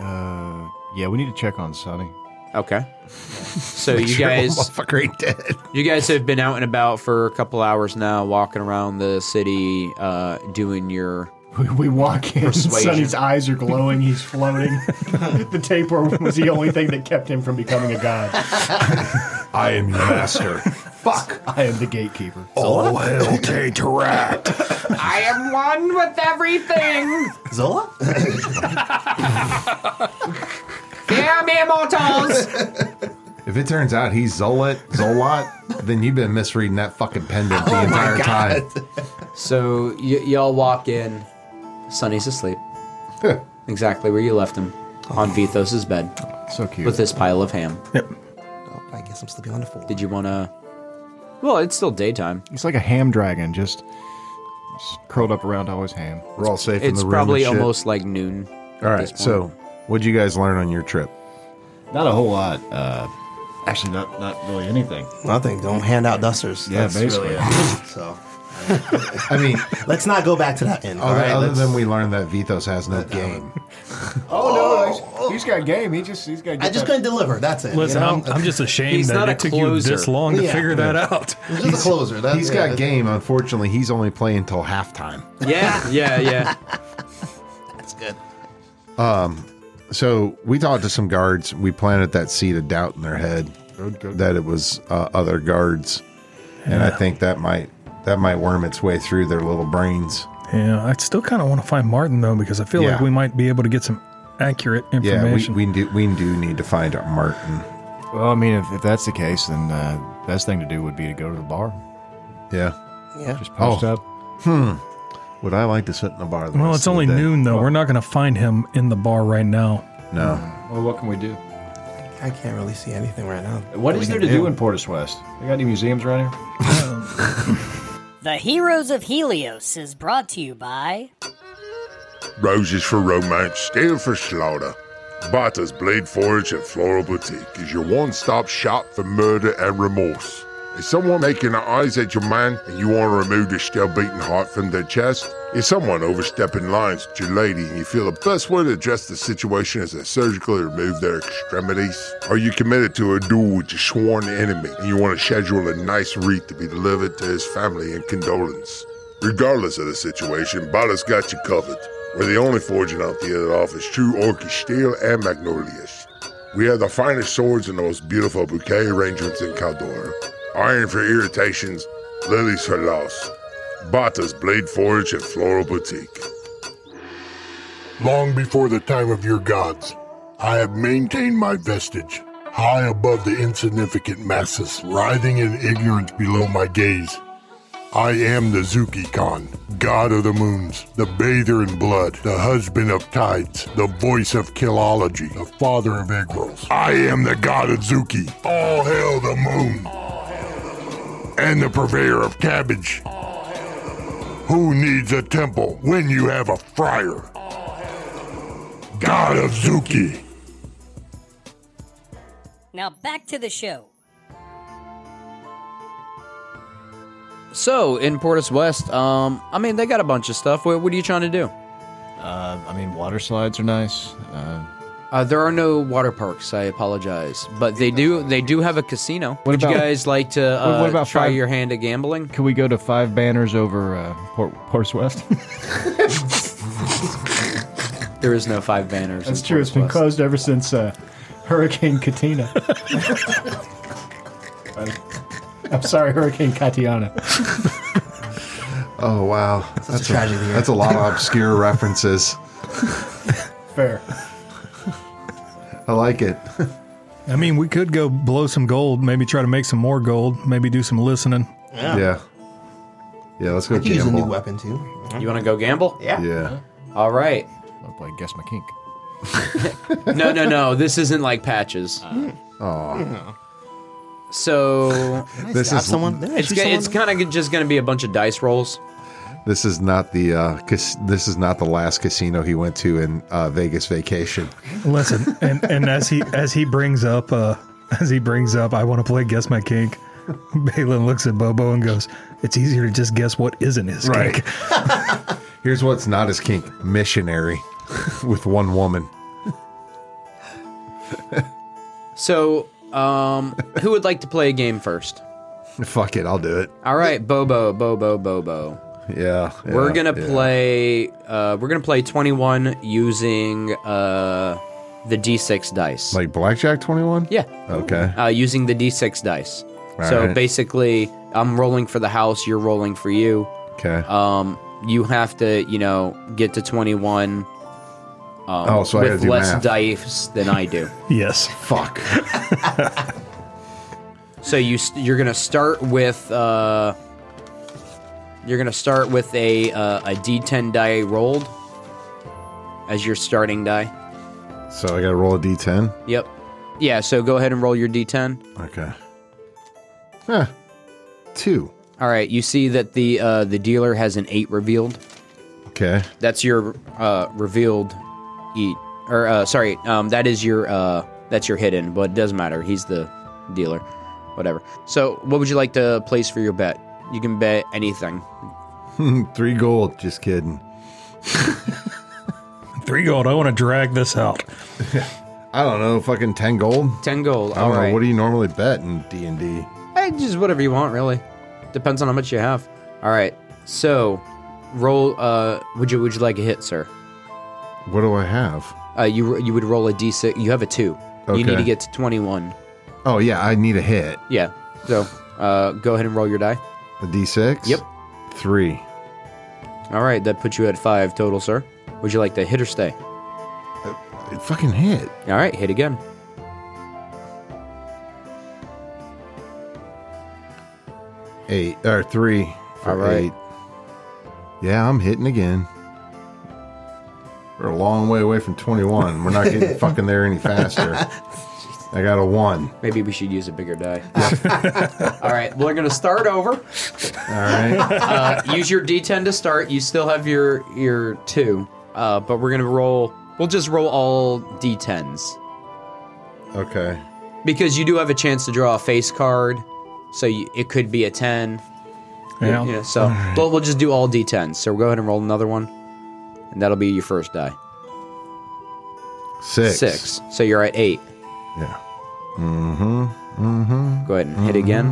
Speaker 7: Uh, yeah, we need to check on Sonny.
Speaker 5: Okay. So
Speaker 7: Make
Speaker 5: you
Speaker 7: sure
Speaker 5: guys,
Speaker 7: motherfucker ain't dead.
Speaker 5: you guys have been out and about for a couple hours now, walking around the city, uh, doing your.
Speaker 13: We walk in.
Speaker 5: Persuasion.
Speaker 13: Sonny's eyes are glowing. He's floating. the tapeworm was the only thing that kept him from becoming a god.
Speaker 11: I am your master.
Speaker 13: Fuck! I am the gatekeeper.
Speaker 11: All hail Tatorat.
Speaker 16: I am one with everything.
Speaker 6: Zola?
Speaker 16: Fear me, mortals.
Speaker 4: If it turns out he's Zolat, Zolot, then you've been misreading that fucking pendant the entire time.
Speaker 5: Oh So y- y'all walk in. Sonny's asleep, exactly where you left him, on Vithos's bed.
Speaker 7: Oh. So cute.
Speaker 5: With this pile of ham.
Speaker 6: Oh, I guess I'm sleeping on the floor.
Speaker 5: Did you want to? Well, it's still daytime.
Speaker 7: It's like a ham dragon, just, just curled up around always ham.
Speaker 4: We're all safe in
Speaker 5: It's
Speaker 4: the room.
Speaker 5: probably
Speaker 4: and shit.
Speaker 5: almost like noon.
Speaker 4: All right. So, what'd you guys learn on your trip?
Speaker 7: Not a whole lot. Uh,
Speaker 8: Actually, not not really anything.
Speaker 6: Nothing. Don't hand out dusters.
Speaker 8: Yeah,
Speaker 6: That's
Speaker 8: basically.
Speaker 6: really it. so, I mean, let's not go back to that end. all
Speaker 4: Other,
Speaker 6: right?
Speaker 4: other
Speaker 6: Let's-
Speaker 4: than we learned that Vitos has no game.
Speaker 8: Oh, no, he's, he's got game. He just he's got.
Speaker 6: I just couldn't deliver. That's it.
Speaker 3: Listen,
Speaker 6: you know?
Speaker 3: I'm, I'm just ashamed that it took you this long to
Speaker 6: Yeah.
Speaker 3: figure that out.
Speaker 6: He's just a closer. That,
Speaker 4: He's
Speaker 6: yeah,
Speaker 4: got
Speaker 6: that-
Speaker 4: game. Unfortunately, he's only playing until halftime.
Speaker 5: Yeah, yeah, yeah.
Speaker 6: That's good.
Speaker 4: Um, so we talked to some guards. We planted that seed of doubt in their head
Speaker 8: Good, good.
Speaker 4: that it was uh, other guards, and I
Speaker 3: Yeah.
Speaker 4: think that might that might worm its way through their little brains.
Speaker 3: Yeah, I still kind of want to find Martin though because I feel like
Speaker 4: Yeah.
Speaker 3: we might be able to get some accurate
Speaker 4: Yeah, we,
Speaker 3: information.
Speaker 4: we do we do need to find out Martin.
Speaker 7: Well, I mean, if, if that's the case, then uh, best thing to do would be to go to the bar.
Speaker 4: Yeah.
Speaker 6: Yeah.
Speaker 7: Just post
Speaker 4: Oh.
Speaker 7: up.
Speaker 4: Hmm. Would I like to sit in a bar? The
Speaker 3: well,
Speaker 4: rest
Speaker 3: it's
Speaker 4: of the
Speaker 3: only
Speaker 4: day?
Speaker 3: noon though. We're not going to find him in the bar right now.
Speaker 4: No.
Speaker 8: Well, what can we do?
Speaker 6: I can't really see anything right now.
Speaker 8: What
Speaker 6: we
Speaker 8: is there
Speaker 6: can
Speaker 8: to do in Portus West? They got any museums around here?
Speaker 2: The Heroes of Helios is brought to you by
Speaker 17: Roses for romance, steel for slaughter. Bata's Blade Forge and Floral Boutique is your one stop shop for murder and remorse. Is someone making their eyes at your man and you want to remove their still beating heart from their chest? Is someone overstepping lines with your lady and you feel the best way to address the situation is to surgically remove their extremities? Are you committed to a duel with your sworn enemy and you want to schedule a nice wreath to be delivered to his family in condolence? Regardless of the situation, Bata's got you covered. We're the only forging out there that offers true orcish steel and magnolias. We have the finest swords and the most beautiful bouquet arrangements in Caldor. Iron for irritations, lilies for loss. Bata's Blade Forge and Floral Boutique.
Speaker 18: Long before the time of your gods, I have maintained my vestige, high above the insignificant masses writhing in ignorance below my gaze. I am the Zuki Khan, god of the moons, the bather in blood, the husband of tides, the voice of killology, the father of eggrolls. I am the god of Zuki. All hail the moon. And the purveyor of cabbage. Who needs a temple when you have a friar? God of Zuki.
Speaker 2: Now back to the show.
Speaker 5: So in Portus West, um, I mean they got a bunch of stuff. What, what are you trying to do?
Speaker 7: Uh, I mean, water slides are nice. Uh,
Speaker 5: Uh, there are no water parks. I apologize, but they do they do have a casino.
Speaker 7: What
Speaker 5: Would you
Speaker 7: about-
Speaker 5: guys like to
Speaker 7: What-
Speaker 5: uh,
Speaker 7: what about
Speaker 5: try
Speaker 7: five-
Speaker 5: your hand at gambling?
Speaker 7: Can we go to five banners over uh, Port Portus West?
Speaker 5: There is no five banners.
Speaker 13: That's
Speaker 5: in
Speaker 13: true. It's
Speaker 5: Portus
Speaker 13: been
Speaker 5: West.
Speaker 13: closed ever since uh, Hurricane Katrina. I'm sorry, Hurricane Katiana.
Speaker 4: Oh wow, that's,
Speaker 13: a tragedy here.
Speaker 4: That's a lot of obscure references.
Speaker 13: Fair.
Speaker 4: I like it.
Speaker 3: I mean, we could go blow some gold, maybe try to make some more gold, maybe do some listening.
Speaker 4: Yeah. Yeah, let's go
Speaker 6: I could use a new
Speaker 4: gamble.
Speaker 6: weapon too.
Speaker 5: You want to go gamble?
Speaker 6: Yeah.
Speaker 4: Yeah.
Speaker 5: All right.
Speaker 7: I'll play Guess My Kink.
Speaker 5: No, no, no. This isn't like patches.
Speaker 6: Uh,
Speaker 4: Aw.
Speaker 5: So
Speaker 4: This stab is- someone? Didn't I
Speaker 5: It's,
Speaker 4: shoot
Speaker 5: ga-
Speaker 4: someone?
Speaker 5: it's kind of just going to be a bunch of dice rolls.
Speaker 4: This is not the uh, cas- this is not the last casino he went to in uh, Vegas vacation.
Speaker 3: Listen, and, and as he as he brings up uh as he brings up, I want to play guess my kink. Balin looks at Bobo and goes, "It's easier to just guess what isn't his
Speaker 4: Right.
Speaker 3: kink."
Speaker 4: Here's what's not his kink: missionary with one woman.
Speaker 5: So, um, who would like to play a game first?
Speaker 4: Fuck it, I'll do it.
Speaker 5: All right, Bobo, Bobo, Bobo.
Speaker 4: Yeah,
Speaker 5: we're
Speaker 4: yeah,
Speaker 5: gonna
Speaker 4: yeah.
Speaker 5: play. Uh, we're gonna play twenty-one using uh, the D6 dice.
Speaker 4: like blackjack twenty one.
Speaker 5: Yeah.
Speaker 4: Okay.
Speaker 5: uh, using the d6 dice.
Speaker 4: All
Speaker 5: so
Speaker 4: right.
Speaker 5: basically, I'm rolling for the house, you're rolling for you.
Speaker 4: Okay.
Speaker 5: Um, you have to, you know, get to 21 um,
Speaker 4: Oh, so I
Speaker 5: with
Speaker 4: gotta do
Speaker 5: less
Speaker 4: math.
Speaker 5: dice than I do.
Speaker 3: yes.
Speaker 4: Fuck.
Speaker 5: so you st- you're gonna start with uh, you're gonna start with a uh, a d10 die rolled as your starting die.
Speaker 4: So I got to roll a d ten.
Speaker 5: Yep. Yeah. So go ahead and roll your d10.
Speaker 4: Okay. Huh. Two.
Speaker 5: All right. You see that the uh, the dealer has an eight revealed.
Speaker 4: Okay.
Speaker 5: That's your uh, revealed eat or uh, sorry, um, that is your uh, that's your hidden, but it doesn't matter. He's the dealer, whatever. So, what would you like to place for your bet? You can bet anything.
Speaker 4: Three gold. Just kidding.
Speaker 3: Three gold. I want to drag this out.
Speaker 4: I don't know. Fucking ten gold.
Speaker 5: Ten gold.
Speaker 4: I don't
Speaker 5: all
Speaker 4: know.
Speaker 5: right.
Speaker 4: What do you normally bet in D and D?
Speaker 5: Eh, just whatever you want, really. Depends on how much you have. All right. So, roll. Uh, would you would you like a hit, sir?
Speaker 4: What do I have?
Speaker 5: Uh, you you would roll a d6. You have a two. You need
Speaker 4: Okay.
Speaker 5: to get to twenty-one.
Speaker 4: Oh yeah, I need a hit.
Speaker 5: Yeah. So, uh, go ahead and roll your die.
Speaker 4: A D six. Yep. Three.
Speaker 5: All right, that puts you at five total, sir. Would you like to hit or stay?
Speaker 4: fucking hit.
Speaker 5: All right, hit again.
Speaker 4: Eight or three. For
Speaker 5: All right.
Speaker 4: Eight. Yeah, I'm hitting again. We're a long way away from twenty one. We're not getting fucking there any faster. I got a one.
Speaker 5: Maybe we should use a bigger die. All right, we're gonna start over. All
Speaker 4: right.
Speaker 5: Uh, use your D10 to start. You still have your your two, uh, but we're gonna roll. We'll just roll all D10s
Speaker 4: Okay.
Speaker 5: because you do have a chance to draw a face card, so you, it could be a ten.
Speaker 3: Yeah.
Speaker 5: You know, so
Speaker 3: All right.
Speaker 5: but we'll just do all D10s. So we'll go ahead and roll another one, and that'll be your first die.
Speaker 4: Six.
Speaker 5: Six. So you're at eight.
Speaker 4: Yeah. Mm-hmm. Mm-hmm.
Speaker 5: Go ahead and hit again.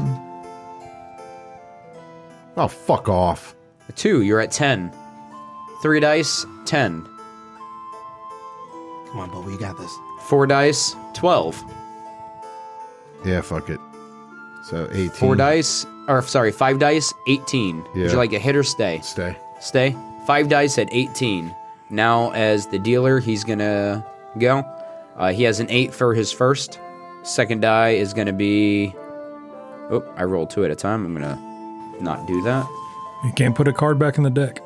Speaker 4: Oh, fuck off.
Speaker 5: A two, you're at ten. Three dice, ten.
Speaker 6: Come on, Bobo, you got this.
Speaker 5: Four dice, twelve.
Speaker 4: Yeah, fuck it. So eighteen.
Speaker 5: Four dice, or sorry, five dice, eighteen. Would
Speaker 4: Yeah.
Speaker 5: you like a hit or stay?
Speaker 4: Stay.
Speaker 5: Stay. Five dice at eighteen. Now, as the dealer, he's gonna go. Uh, he has an eight for his first. Second die is gonna be. Oh, I rolled two at a time. I'm gonna not do that.
Speaker 3: You can't put a card back in the deck.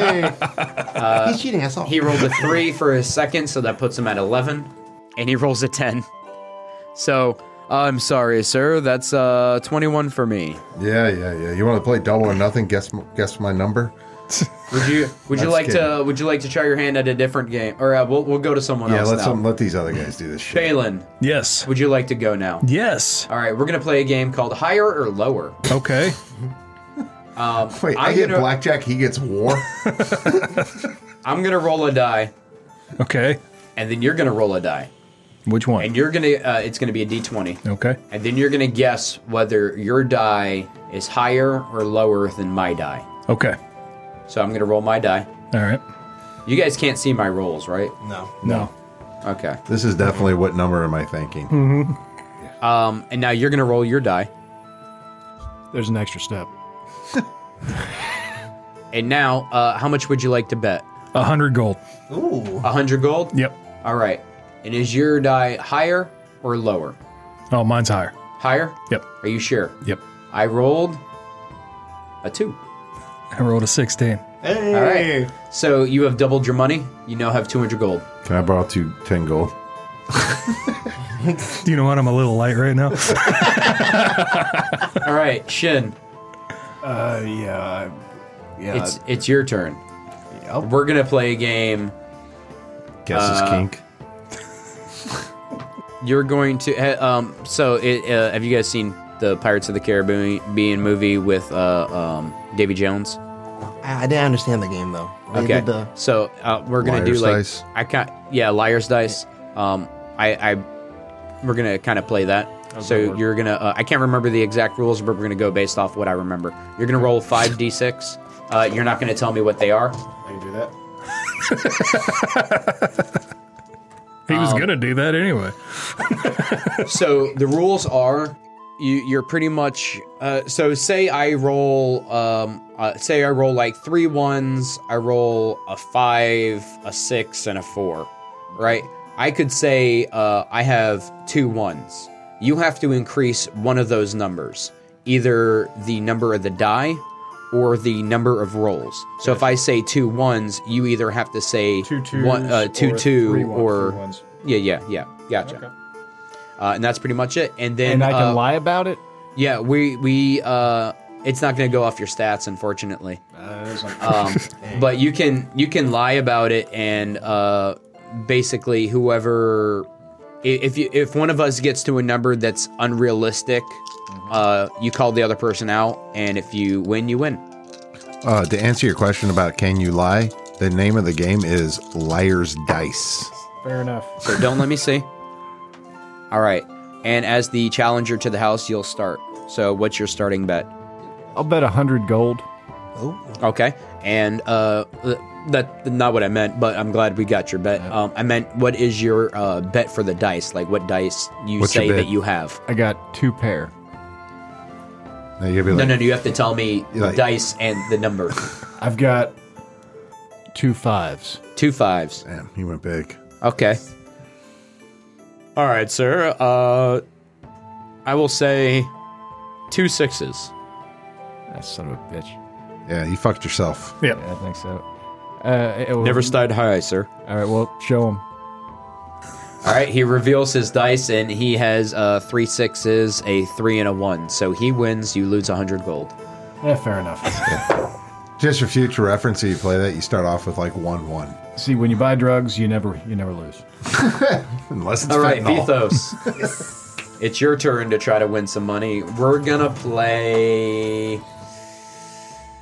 Speaker 5: Uh,
Speaker 6: He's cheating, I saw.
Speaker 5: He rolled a three for his second, so that puts him at eleven, and he rolls a ten. So I'm sorry, sir. That's uh, twenty-one for me.
Speaker 4: Yeah, yeah, yeah. You want to play double or nothing? Guess m- guess my number.
Speaker 5: Would you Would you
Speaker 4: That's
Speaker 5: like to
Speaker 4: kidding.
Speaker 5: Would you like to try your hand at a different game, or uh, we'll we'll go to someone
Speaker 4: Yeah,
Speaker 5: else
Speaker 4: let
Speaker 5: now.
Speaker 4: some let these other guys do this shit.
Speaker 5: Balin.
Speaker 3: Yes.
Speaker 5: Would you like to go now?
Speaker 3: Yes.
Speaker 5: All right, we're gonna play a game called Higher or Lower.
Speaker 3: Okay.
Speaker 5: Um,
Speaker 4: Wait, I
Speaker 5: I'm
Speaker 4: get
Speaker 5: gonna-
Speaker 4: blackjack. He gets war.
Speaker 5: I'm gonna roll a die,
Speaker 3: Okay.
Speaker 5: and then you're gonna roll a die,
Speaker 3: Which one?
Speaker 5: and you're gonna uh, it's gonna be a d20.
Speaker 3: Okay.
Speaker 5: And then you're going to guess whether your die is higher or lower than my die.
Speaker 3: Okay.
Speaker 5: So I'm going to roll my die.
Speaker 3: All right.
Speaker 5: You guys can't see my rolls, right?
Speaker 6: No.
Speaker 3: No.
Speaker 5: Okay.
Speaker 4: This is definitely what number am I thinking?
Speaker 3: Mm-hmm.
Speaker 5: Um, and now you're going to roll your die.
Speaker 8: There's an extra step.
Speaker 5: And now, uh, how much would you like to bet?
Speaker 3: A hundred gold.
Speaker 5: Ooh. A hundred gold?
Speaker 3: Yep.
Speaker 5: All right. And is your die higher or lower?
Speaker 3: Oh, mine's higher.
Speaker 5: Higher?
Speaker 3: Yep.
Speaker 5: Are you sure?
Speaker 3: Yep.
Speaker 5: I rolled a two.
Speaker 3: I rolled a sixteen.
Speaker 5: All right. So you have doubled your money. You now have 200 gold.
Speaker 4: Can I borrow two ten gold?
Speaker 3: You know what? I'm a little light right now.
Speaker 9: Mm-hmm.
Speaker 5: All right, Shin.
Speaker 8: Uh, yeah, yeah.
Speaker 5: It's it's your turn. We're gonna play a game.
Speaker 4: Guess is
Speaker 5: Uh,
Speaker 4: kink.
Speaker 5: You're going to eh, um. So it, uh, have you guys seen the Pirates of the Caribbean movie with uh um Davy Jones?
Speaker 6: I, I didn't understand the game though. They
Speaker 5: Okay.
Speaker 6: did the-
Speaker 5: so uh, we're gonna do
Speaker 6: Liar's
Speaker 5: like
Speaker 6: dice?
Speaker 5: I can't. Yeah, liar's dice. Um, I I we're gonna kind of play that.
Speaker 9: How's that
Speaker 5: So
Speaker 9: work?
Speaker 5: you're gonna. Uh, I can't remember the exact rules, but we're gonna go based off what I remember. You're gonna roll five d6. Uh, you're not gonna tell me what they are.
Speaker 13: I can do that.
Speaker 3: He was
Speaker 5: Um,
Speaker 3: gonna do that anyway.
Speaker 5: so the rules are you, you're pretty much uh, so say i roll um, uh, say i roll like three ones i roll a five a six and a four right i could say uh, i have two ones you have to increase one of those numbers either the number of the die or the number of rolls. So if I say two ones, you either have to say two two one, uh,
Speaker 13: twos
Speaker 5: two
Speaker 13: or
Speaker 5: two
Speaker 13: three ones,
Speaker 5: or
Speaker 13: three ones.
Speaker 5: yeah yeah yeah gotcha. Uh, and that's pretty much it. And then
Speaker 8: And I can
Speaker 5: uh,
Speaker 8: lie about it.
Speaker 5: Yeah, we we uh, it's not going to go off your stats, unfortunately.
Speaker 8: Ah.
Speaker 5: um, but you can you can lie about it, and uh, basically whoever I- If you, if one of us gets to a number that's unrealistic,
Speaker 8: Mm-hmm.
Speaker 5: uh, you call the other person out, and if you win, you win.
Speaker 4: Uh, to answer your question about can you lie, the name of the game is Liar's Dice.
Speaker 13: Fair enough.
Speaker 5: So don't let me see. All right. And as the challenger to the house, you'll start. So what's your starting bet?
Speaker 8: I'll bet 100 gold.
Speaker 5: Okay. And uh, th- that not what I meant, but I'm glad we got your bet. Um, I meant what is your uh, bet for the dice? Like what dice you
Speaker 8: What's your
Speaker 5: say
Speaker 8: bet?
Speaker 5: that you have?
Speaker 8: I got two pair.
Speaker 5: no, no, no. You have to tell me
Speaker 8: You're like-
Speaker 5: dice and the number.
Speaker 8: I've got two fives.
Speaker 5: Two fives.
Speaker 4: Damn, he went big.
Speaker 5: Okay. All right, sir. Uh, I will say two sixes.
Speaker 8: That son of a bitch.
Speaker 4: Yeah, you fucked yourself.
Speaker 8: Yeah. I think so. Uh, it-
Speaker 5: Never stayed high, sir.
Speaker 8: All right, well, show him.
Speaker 5: All right, he reveals his dice and he has uh, three sixes, a three, and a one. So he wins. You lose a hundred gold.
Speaker 13: Eh,
Speaker 8: Yeah, fair enough.
Speaker 4: Just for future reference, if you play that, you start off with like 1 1.
Speaker 8: See, when you buy drugs, you never you never lose.
Speaker 4: Unless it's
Speaker 5: All right,
Speaker 4: fentanyl.
Speaker 5: Vethos. it's your turn to try to win some money. We're gonna play.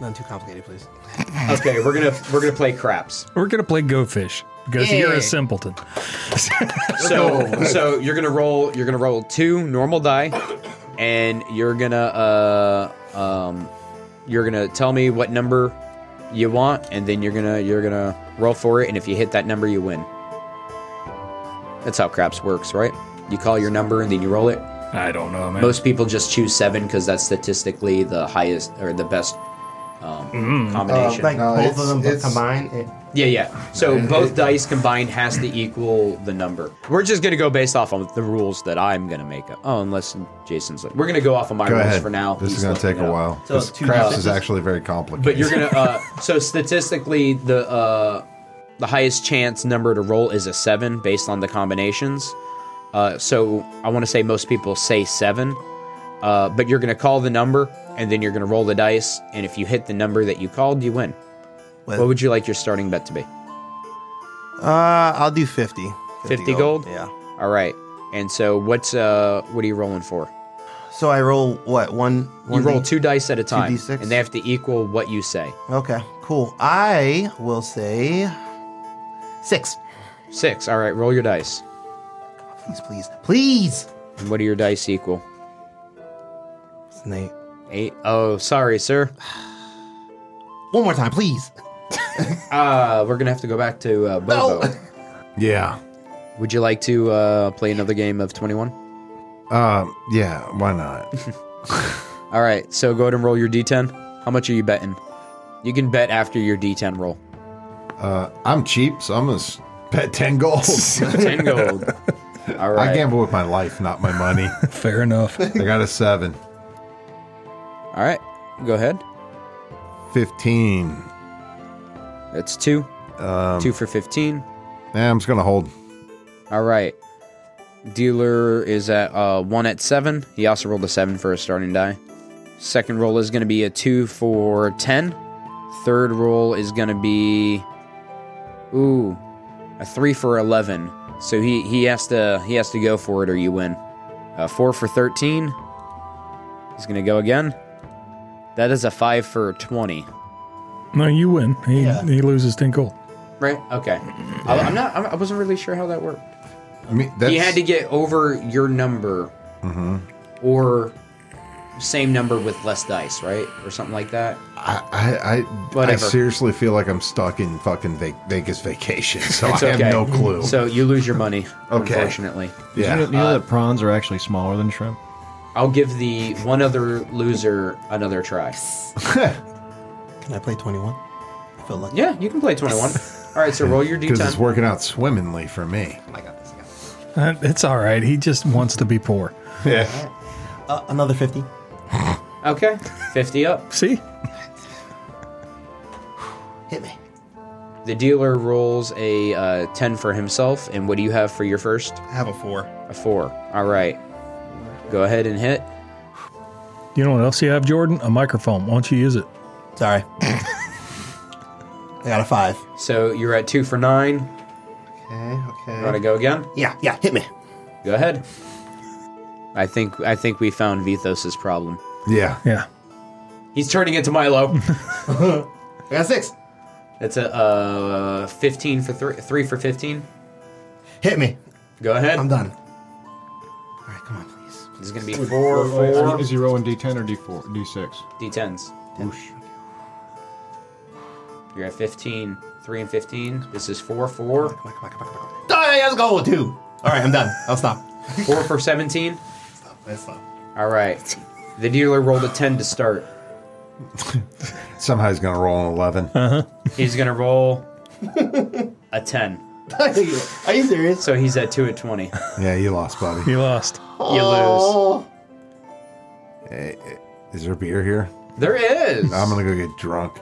Speaker 6: None too complicated, please.
Speaker 5: Okay, we're gonna we're gonna play craps.
Speaker 3: We're gonna play Go Fish because you're
Speaker 5: Yeah.
Speaker 3: a simpleton.
Speaker 5: So so you're gonna roll you're gonna roll two normal die, and you're gonna uh um you're gonna tell me what number you want, and then you're gonna you're gonna roll for it, and if you hit that number, you win. That's how craps works, right? You call your number and then you roll it.
Speaker 3: I don't know, Oh, man.
Speaker 5: Most people just choose seven because that's statistically the highest or the best um, combination.
Speaker 6: like Uh, both of them combined. It,
Speaker 5: Yeah, yeah. So both dice combined has to equal the number. We're just gonna go based off of the rules that I'm gonna make up. Oh, unless Jason's like, we're gonna go off of my
Speaker 4: Go
Speaker 5: rules
Speaker 4: ahead.
Speaker 5: for now.
Speaker 4: This
Speaker 5: He's
Speaker 4: is going to
Speaker 5: looking
Speaker 4: take
Speaker 5: it
Speaker 4: a
Speaker 5: up.
Speaker 4: while. This crafts is actually very complicated.
Speaker 5: But you're gonna. Uh, so statistically, the uh, the highest chance number to roll is a seven based on the combinations. Uh, so I want to say most people say seven, uh, but you're gonna call the number and then you're gonna roll the dice, and if you hit the number that you called, you win.
Speaker 6: Well-
Speaker 5: what would you like your starting bet to be?
Speaker 6: uh, I'll do 50.
Speaker 5: 50, gold.
Speaker 6: Yeah.
Speaker 5: All right. And so what's uh what are you rolling for?
Speaker 6: So I roll what one?
Speaker 5: You
Speaker 6: one
Speaker 5: roll
Speaker 6: D-
Speaker 5: two dice at a time,
Speaker 6: 2d6?
Speaker 5: and they have to equal what you say.
Speaker 6: Okay, cool. I will say six.
Speaker 5: Six. All right. Roll your dice.
Speaker 6: Please, please, please.
Speaker 5: And what do your dice equal?
Speaker 6: It's an eight.
Speaker 5: Eight. Oh, sorry, sir.
Speaker 6: One more time, please.
Speaker 5: Uh, we're gonna have to go back to uh, Bobo.
Speaker 4: Yeah.
Speaker 5: Would you like to uh, play another game of Twenty One?
Speaker 4: Um, yeah, why not?
Speaker 5: All right. So go ahead and roll your D10. How much are you betting? You can bet after your D10 roll.
Speaker 4: Uh, I'm cheap, so I'm going to bet 10 gold.
Speaker 5: 10 gold. All right.
Speaker 4: I gamble with my life, not my money.
Speaker 3: Fair enough.
Speaker 4: I got a 7.
Speaker 5: All right. Go ahead.
Speaker 4: 15.
Speaker 5: That's two.
Speaker 4: Um,
Speaker 5: Two for fifteen.
Speaker 4: Yeah, I'm just going to hold.
Speaker 5: All right. Dealer is at uh, one at seven. He also rolled a seven for a starting die. Second roll is going to be a two for ten. Third roll is going to be ooh a three for eleven. So he he has to he has to go for it or you win. Uh, four for thirteen. He's going to go again. That is a five for twenty.
Speaker 3: No, you win. He, he loses ten gold.
Speaker 5: Right? Okay. I, I'm not. I'm, I wasn't really sure how that worked.
Speaker 4: I mean, that's.
Speaker 5: He had to get over your number
Speaker 4: Mhm.
Speaker 5: or same number with less dice, right? Or something like that.
Speaker 4: I, I, I
Speaker 5: Whatever.
Speaker 4: seriously feel like I'm stuck in fucking Va- Vegas vacation, so
Speaker 5: It's
Speaker 4: I have
Speaker 5: okay.
Speaker 4: no clue.
Speaker 5: So you lose your money,
Speaker 4: Okay.
Speaker 5: unfortunately.
Speaker 8: Did You know, you know that prawns are actually smaller than shrimp?
Speaker 5: I'll give the one other loser another try.
Speaker 6: Can I play twenty-one? I feel lucky.
Speaker 5: Yeah, you can play 21. All right, so roll your
Speaker 4: Because it's
Speaker 5: d10.
Speaker 4: working out swimmingly for me.
Speaker 3: Uh, it's all right. He just wants to be poor.
Speaker 4: Yeah.
Speaker 6: Uh, another fifty.
Speaker 5: Okay, 50 up.
Speaker 3: See?
Speaker 6: Hit me.
Speaker 5: The dealer rolls a uh, 10 for himself. And what do you have for your first?
Speaker 6: I have a four.
Speaker 5: A 4. All right. Go ahead and hit.
Speaker 3: You know what else you have, Jordan? A microphone. Why don't you use it?
Speaker 6: Sorry. I got a five.
Speaker 5: So you're at 2 for 9.
Speaker 6: Okay. Okay.
Speaker 5: Gotta go again?
Speaker 6: Yeah. Yeah. Hit me.
Speaker 5: Go ahead. I think I think we found Vithos's problem.
Speaker 4: Yeah.
Speaker 3: Yeah.
Speaker 5: He's turning into Milo. I
Speaker 6: got six.
Speaker 5: That's a uh, fifteen for three, three for fifteen.
Speaker 6: Hit me.
Speaker 5: Go ahead. I'm
Speaker 6: done.
Speaker 5: This is gonna be four, four
Speaker 8: Is he rolling D10 or D4? D6.
Speaker 5: d10s. You're at 15, 3 and 15. This is 4, 4.
Speaker 6: Die, let's go, two. All right, I'm done. I'll stop.
Speaker 5: 4 for 17.
Speaker 6: Let's stop.
Speaker 5: All right. The dealer rolled a 10 to start.
Speaker 4: Somehow he's going to roll an 11. Uh-huh.
Speaker 5: He's going to roll a 10.
Speaker 6: Are you serious?
Speaker 5: So he's at 2 at 20.
Speaker 4: Yeah, you lost, buddy.
Speaker 3: You lost.
Speaker 5: You lose.
Speaker 4: Eh, Is there beer here?
Speaker 5: There is.
Speaker 4: I'm going to go get drunk.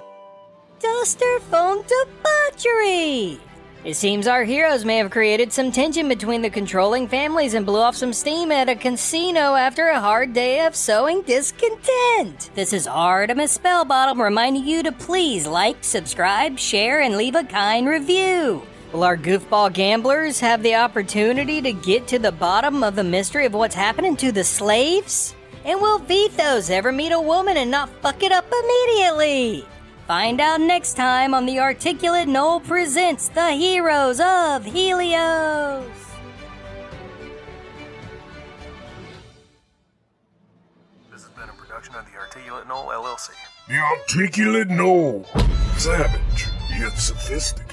Speaker 2: Duster phone debauchery! It seems our heroes may have created some tension between the controlling families and blew off some steam at a casino after a hard day of sowing discontent. This is Artemis Spellbottom reminding you to please like, subscribe, share, and leave a kind review. Will our goofball gamblers have the opportunity to get to the bottom of the mystery of what's happening to the slaves? And will Vethos ever meet a woman and not fuck it up immediately? Find out next time on the Articulate Knoll Presents The Heroes of Helios.
Speaker 19: This has been a production of the Articulate Knoll LLC.
Speaker 18: The articulate knoll. Savage, yet sophisticated.